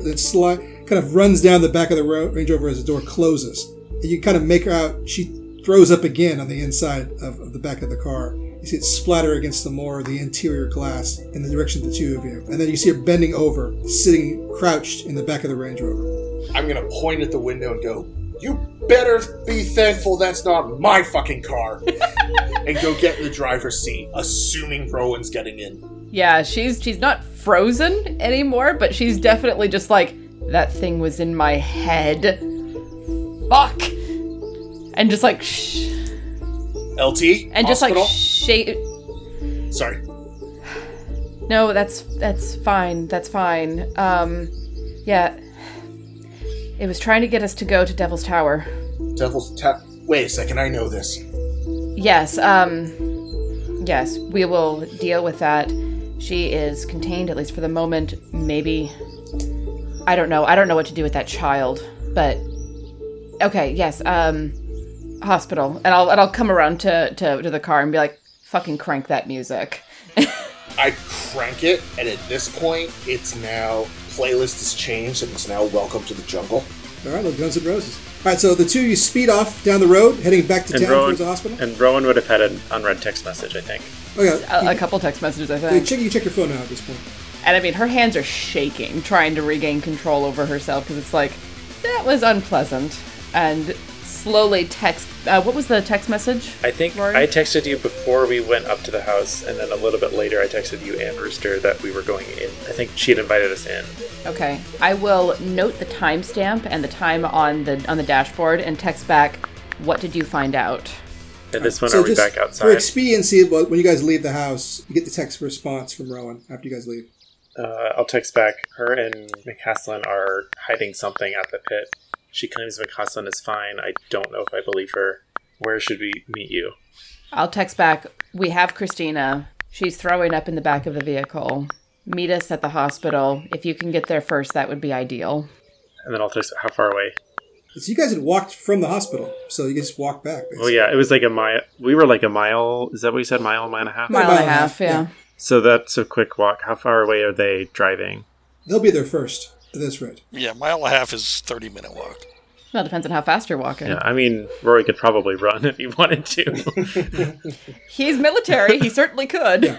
Speaker 1: it slide kind of runs down the back of the Ro- Range Rover as the door closes, and you kind of make her out. She throws up again on the inside of, of the back of the car. You see it splatter against the more of the interior glass in the direction of the two of you, and then you see her bending over, sitting crouched in the back of the Range Rover.
Speaker 3: I'm gonna point at the window and go, "You better be thankful that's not my fucking car," and go get in the driver's seat, assuming Rowan's getting in.
Speaker 2: Yeah, she's she's not frozen anymore, but she's definitely just like that thing was in my head. Fuck. And just like shh,
Speaker 3: LT
Speaker 2: and just
Speaker 3: hospital?
Speaker 2: like shake.
Speaker 3: Sorry.
Speaker 2: No, that's that's fine. That's fine. Um, yeah. It was trying to get us to go to Devil's Tower.
Speaker 3: Devil's tap. Wait a second. I know this.
Speaker 2: Yes, um yes, we will deal with that. She is contained at least for the moment. Maybe I don't know. I don't know what to do with that child, but okay, yes, um hospital. And I'll and I'll come around to to, to the car and be like fucking crank that music.
Speaker 3: I crank it, and at this point, it's now playlist has changed, and it's now Welcome to the Jungle.
Speaker 1: All right, little Guns N' Roses. All right, so the two of you speed off down the road, heading back to
Speaker 6: And
Speaker 1: town
Speaker 6: Rowan,
Speaker 1: towards the hospital.
Speaker 6: and Rowan would have had an unread text message, I think.
Speaker 1: Okay.
Speaker 2: A, a couple text messages I
Speaker 1: Hey,
Speaker 2: think.
Speaker 1: check, you check your phone now at this point.
Speaker 2: And I mean her hands are shaking trying to regain control over herself cuz it's like that was unpleasant and slowly text uh, what was the text message?
Speaker 6: I think
Speaker 2: Rory?
Speaker 6: I texted you before we went up to the house, and then a little bit later I texted you and Rooster that we were going in. I think she had invited us in.
Speaker 2: Okay. I will note the timestamp and the time on the on the dashboard and text back what did you find out?
Speaker 6: And this one,
Speaker 1: so
Speaker 6: are we
Speaker 1: just
Speaker 6: back
Speaker 1: for
Speaker 6: outside?
Speaker 1: expediency, well, when you guys leave the house, you get the text response from Rowan after you guys leave.
Speaker 6: uh, I'll text back. Her and McCaslin are hiding something at the pit. She claims McCaslin is fine. I don't know if I believe her. Where should we meet you?
Speaker 2: I'll text back we have Christina. She's throwing up in the back of the vehicle. Meet us at the hospital. If you can get there first, that would be ideal.
Speaker 6: And then I'll text how far away.
Speaker 1: So you guys had walked from the hospital, so you can just walk back.
Speaker 6: Well, Oh, yeah, it was like a mile. We were like a mile. Is that what you said? Mile, mile and a half.
Speaker 2: Mile and a half, yeah.
Speaker 6: So that's a quick walk. How far away are they driving?
Speaker 1: They'll be there first at this rate.
Speaker 7: Yeah, mile and a half is 30 minute walk.
Speaker 2: Well, it depends on how fast you're walking.
Speaker 6: Yeah, I mean, Rory could probably run if he wanted to.
Speaker 2: He's military. he certainly could.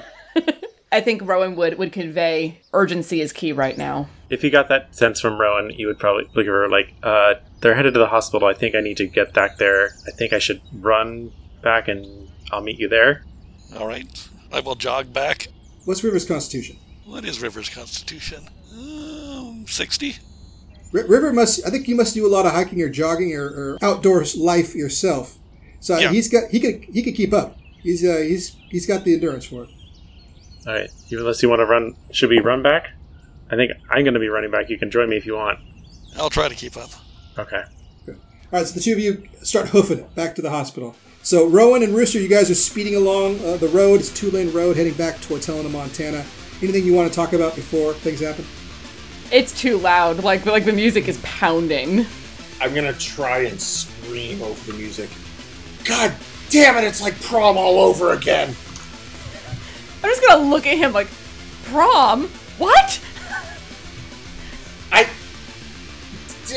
Speaker 2: I think Rowan would would convey urgency is key right now.
Speaker 6: if you got that sense from Rowan, you would probably look at her like, uh, they're headed to the hospital. I think I need to get back there. I think I should run back and I'll meet you there.
Speaker 7: All right. I will jog back.
Speaker 1: What's River's constitution?
Speaker 7: What is River's constitution? Um, 60?
Speaker 1: R- River must. I think you must do a lot of hiking or jogging or, or outdoors life yourself. So
Speaker 7: Yeah.
Speaker 1: he's got. He could. He could keep up. He's. Uh, he's. He's got the endurance for it.
Speaker 6: All right. You- Unless you want to run, should we run back? I think I'm going to be running back. You can join me if you want.
Speaker 7: I'll try to keep up.
Speaker 6: Okay.
Speaker 1: All right, so the two of you start hoofing it back to the hospital. So Rowan and Rooster, you guys are speeding along uh, the road. It's a two-lane road heading back towards Helena, Montana. Anything you want to talk about before things happen?
Speaker 2: It's too loud. Like like the music is pounding.
Speaker 3: I'm gonna try and scream over the music. God damn it! It's like prom all over again.
Speaker 2: I'm just gonna look at him like, prom? What?
Speaker 3: I.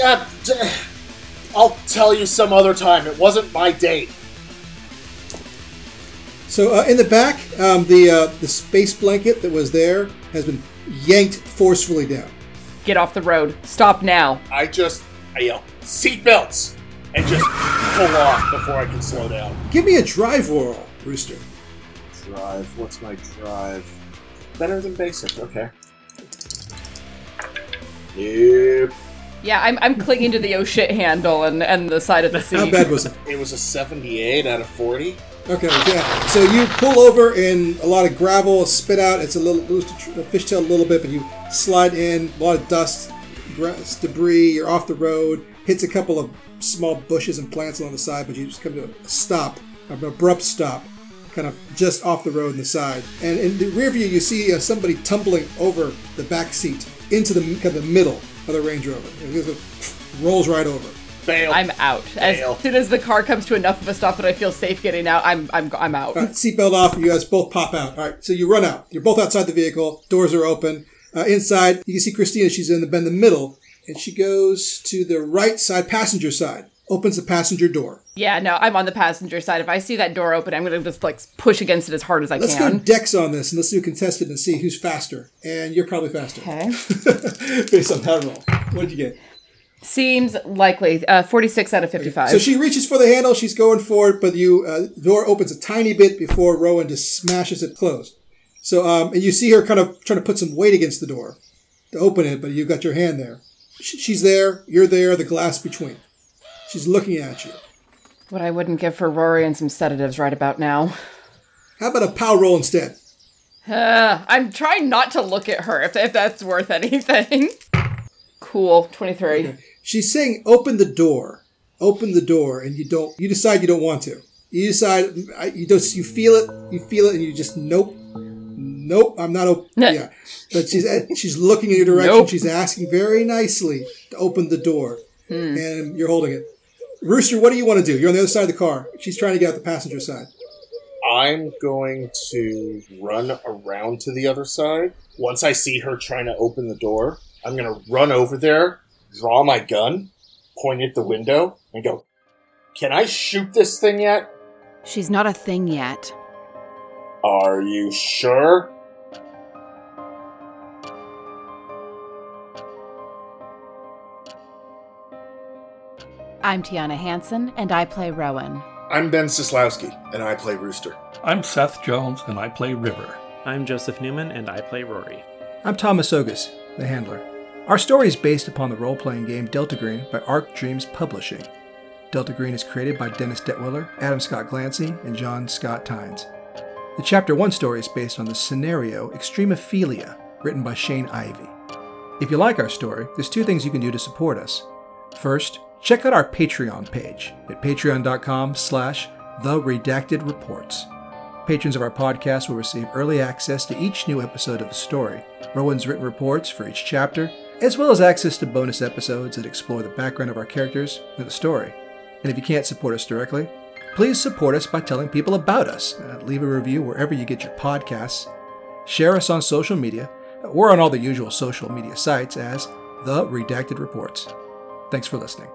Speaker 3: Uh, d- I'll tell you some other time. It wasn't my date.
Speaker 1: So uh, in the back, um, the uh, the space blanket that was there has been yanked forcefully down.
Speaker 2: Get off the road. Stop now.
Speaker 3: I just I yell seatbelts and just pull off before I can slow down.
Speaker 1: Give me a drive roll, Rooster.
Speaker 3: Drive. What's my drive? Better than basic. Okay. Yep.
Speaker 2: Yeah, I'm, I'm clinging to the oh shit handle and, and the side of the seat.
Speaker 1: How bad was it?
Speaker 3: It was a 78 out of 40.
Speaker 1: Okay, yeah. So you pull over in a lot of gravel, spit out. It's a little loose to tr- fishtail a little bit, but you slide in a lot of dust, grass, debris. You're off the road. Hits a couple of small bushes and plants along the side, but you just come to a stop, an abrupt stop, kind of just off the road on the side. And in the rear view, you see uh, somebody tumbling over the back seat into the kind of the middle of the Range Rover. It goes, uh, rolls right over.
Speaker 3: Bail.
Speaker 2: I'm out.
Speaker 3: Fail.
Speaker 2: As soon as the car comes to enough of a stop that I feel safe getting out, I'm I'm I'm out.
Speaker 1: All right, seatbelt off. You guys both pop out. All right, so you run out. You're both outside the vehicle. Doors are open. Uh, inside, you can see Christina. She's in the bend, the middle, and she goes to the right side, passenger side. Opens the passenger door.
Speaker 2: Yeah, no, I'm on the passenger side. If I see that door open, I'm gonna just like push against it as hard as I
Speaker 1: Let's
Speaker 2: can.
Speaker 1: go dex on this, and let's do contested and see who's faster. And you're probably faster
Speaker 2: Okay.
Speaker 1: based on that roll. What did you get?
Speaker 2: Seems likely. Uh, 46 out of 55.
Speaker 1: So she reaches for the handle. She's going for it, but you uh, door opens a tiny bit before Rowan just smashes it closed. So um, and you see her kind of trying to put some weight against the door to open it, but you've got your hand there. Sh- She's there. You're there. The glass between. She's looking at you.
Speaker 2: what I wouldn't give for Rory and some sedatives right about now.
Speaker 1: How about a pow roll instead?
Speaker 2: Uh, I'm trying not to look at her if, if that's worth anything. Cool. 23.
Speaker 1: She's saying, "Open the door, open the door," and you don't. You decide you don't want to. You decide I- you don't. You feel it. You feel it, and you just nope, nope. I'm not open.
Speaker 2: No.
Speaker 1: Yeah, but she's she's looking in your direction.
Speaker 2: Nope.
Speaker 1: She's asking very nicely to open the door, and you're holding it. Rooster, what do you want to do? You're on the other side of the car. She's trying to get out the passenger side.
Speaker 3: I'm going to run around to the other side. Once I see her trying to open the door, I'm going to run over there, draw my gun, point at the window, and go, Can I shoot this thing yet?
Speaker 9: She's not a thing yet.
Speaker 3: Are you sure?
Speaker 9: I'm Tiana Hansen, and I play Rowan.
Speaker 3: I'm Ben Sislowski, and I play Rooster.
Speaker 10: I'm Seth Jones, and I play River.
Speaker 6: I'm Joseph Newman, and I play Rory.
Speaker 8: I'm Thomas Ogus, the handler. Our story is based upon the role playing game Delta Green by Arc Dreams Publishing. Delta Green is created by Dennis Detwiller, Adam Scott Glancy, and John Scott Tynes. The Chapter 1 story is based on the scenario Extremophilia, written by Shane Ivy. If you like our story, there's two things you can do to support us. First, check out our Patreon page at patreon.com slash the redacted reports. Patrons of our podcast will receive early access to each new episode of the story, Rowan's written reports for each chapter, as well as access to bonus episodes that explore the background of our characters and the story. And if you can't support us directly, please support us by telling people about us. Uh, leave a review wherever you get your podcasts. Share us on social media. We're on all the usual social media sites as The Redacted Reports. Thanks for listening.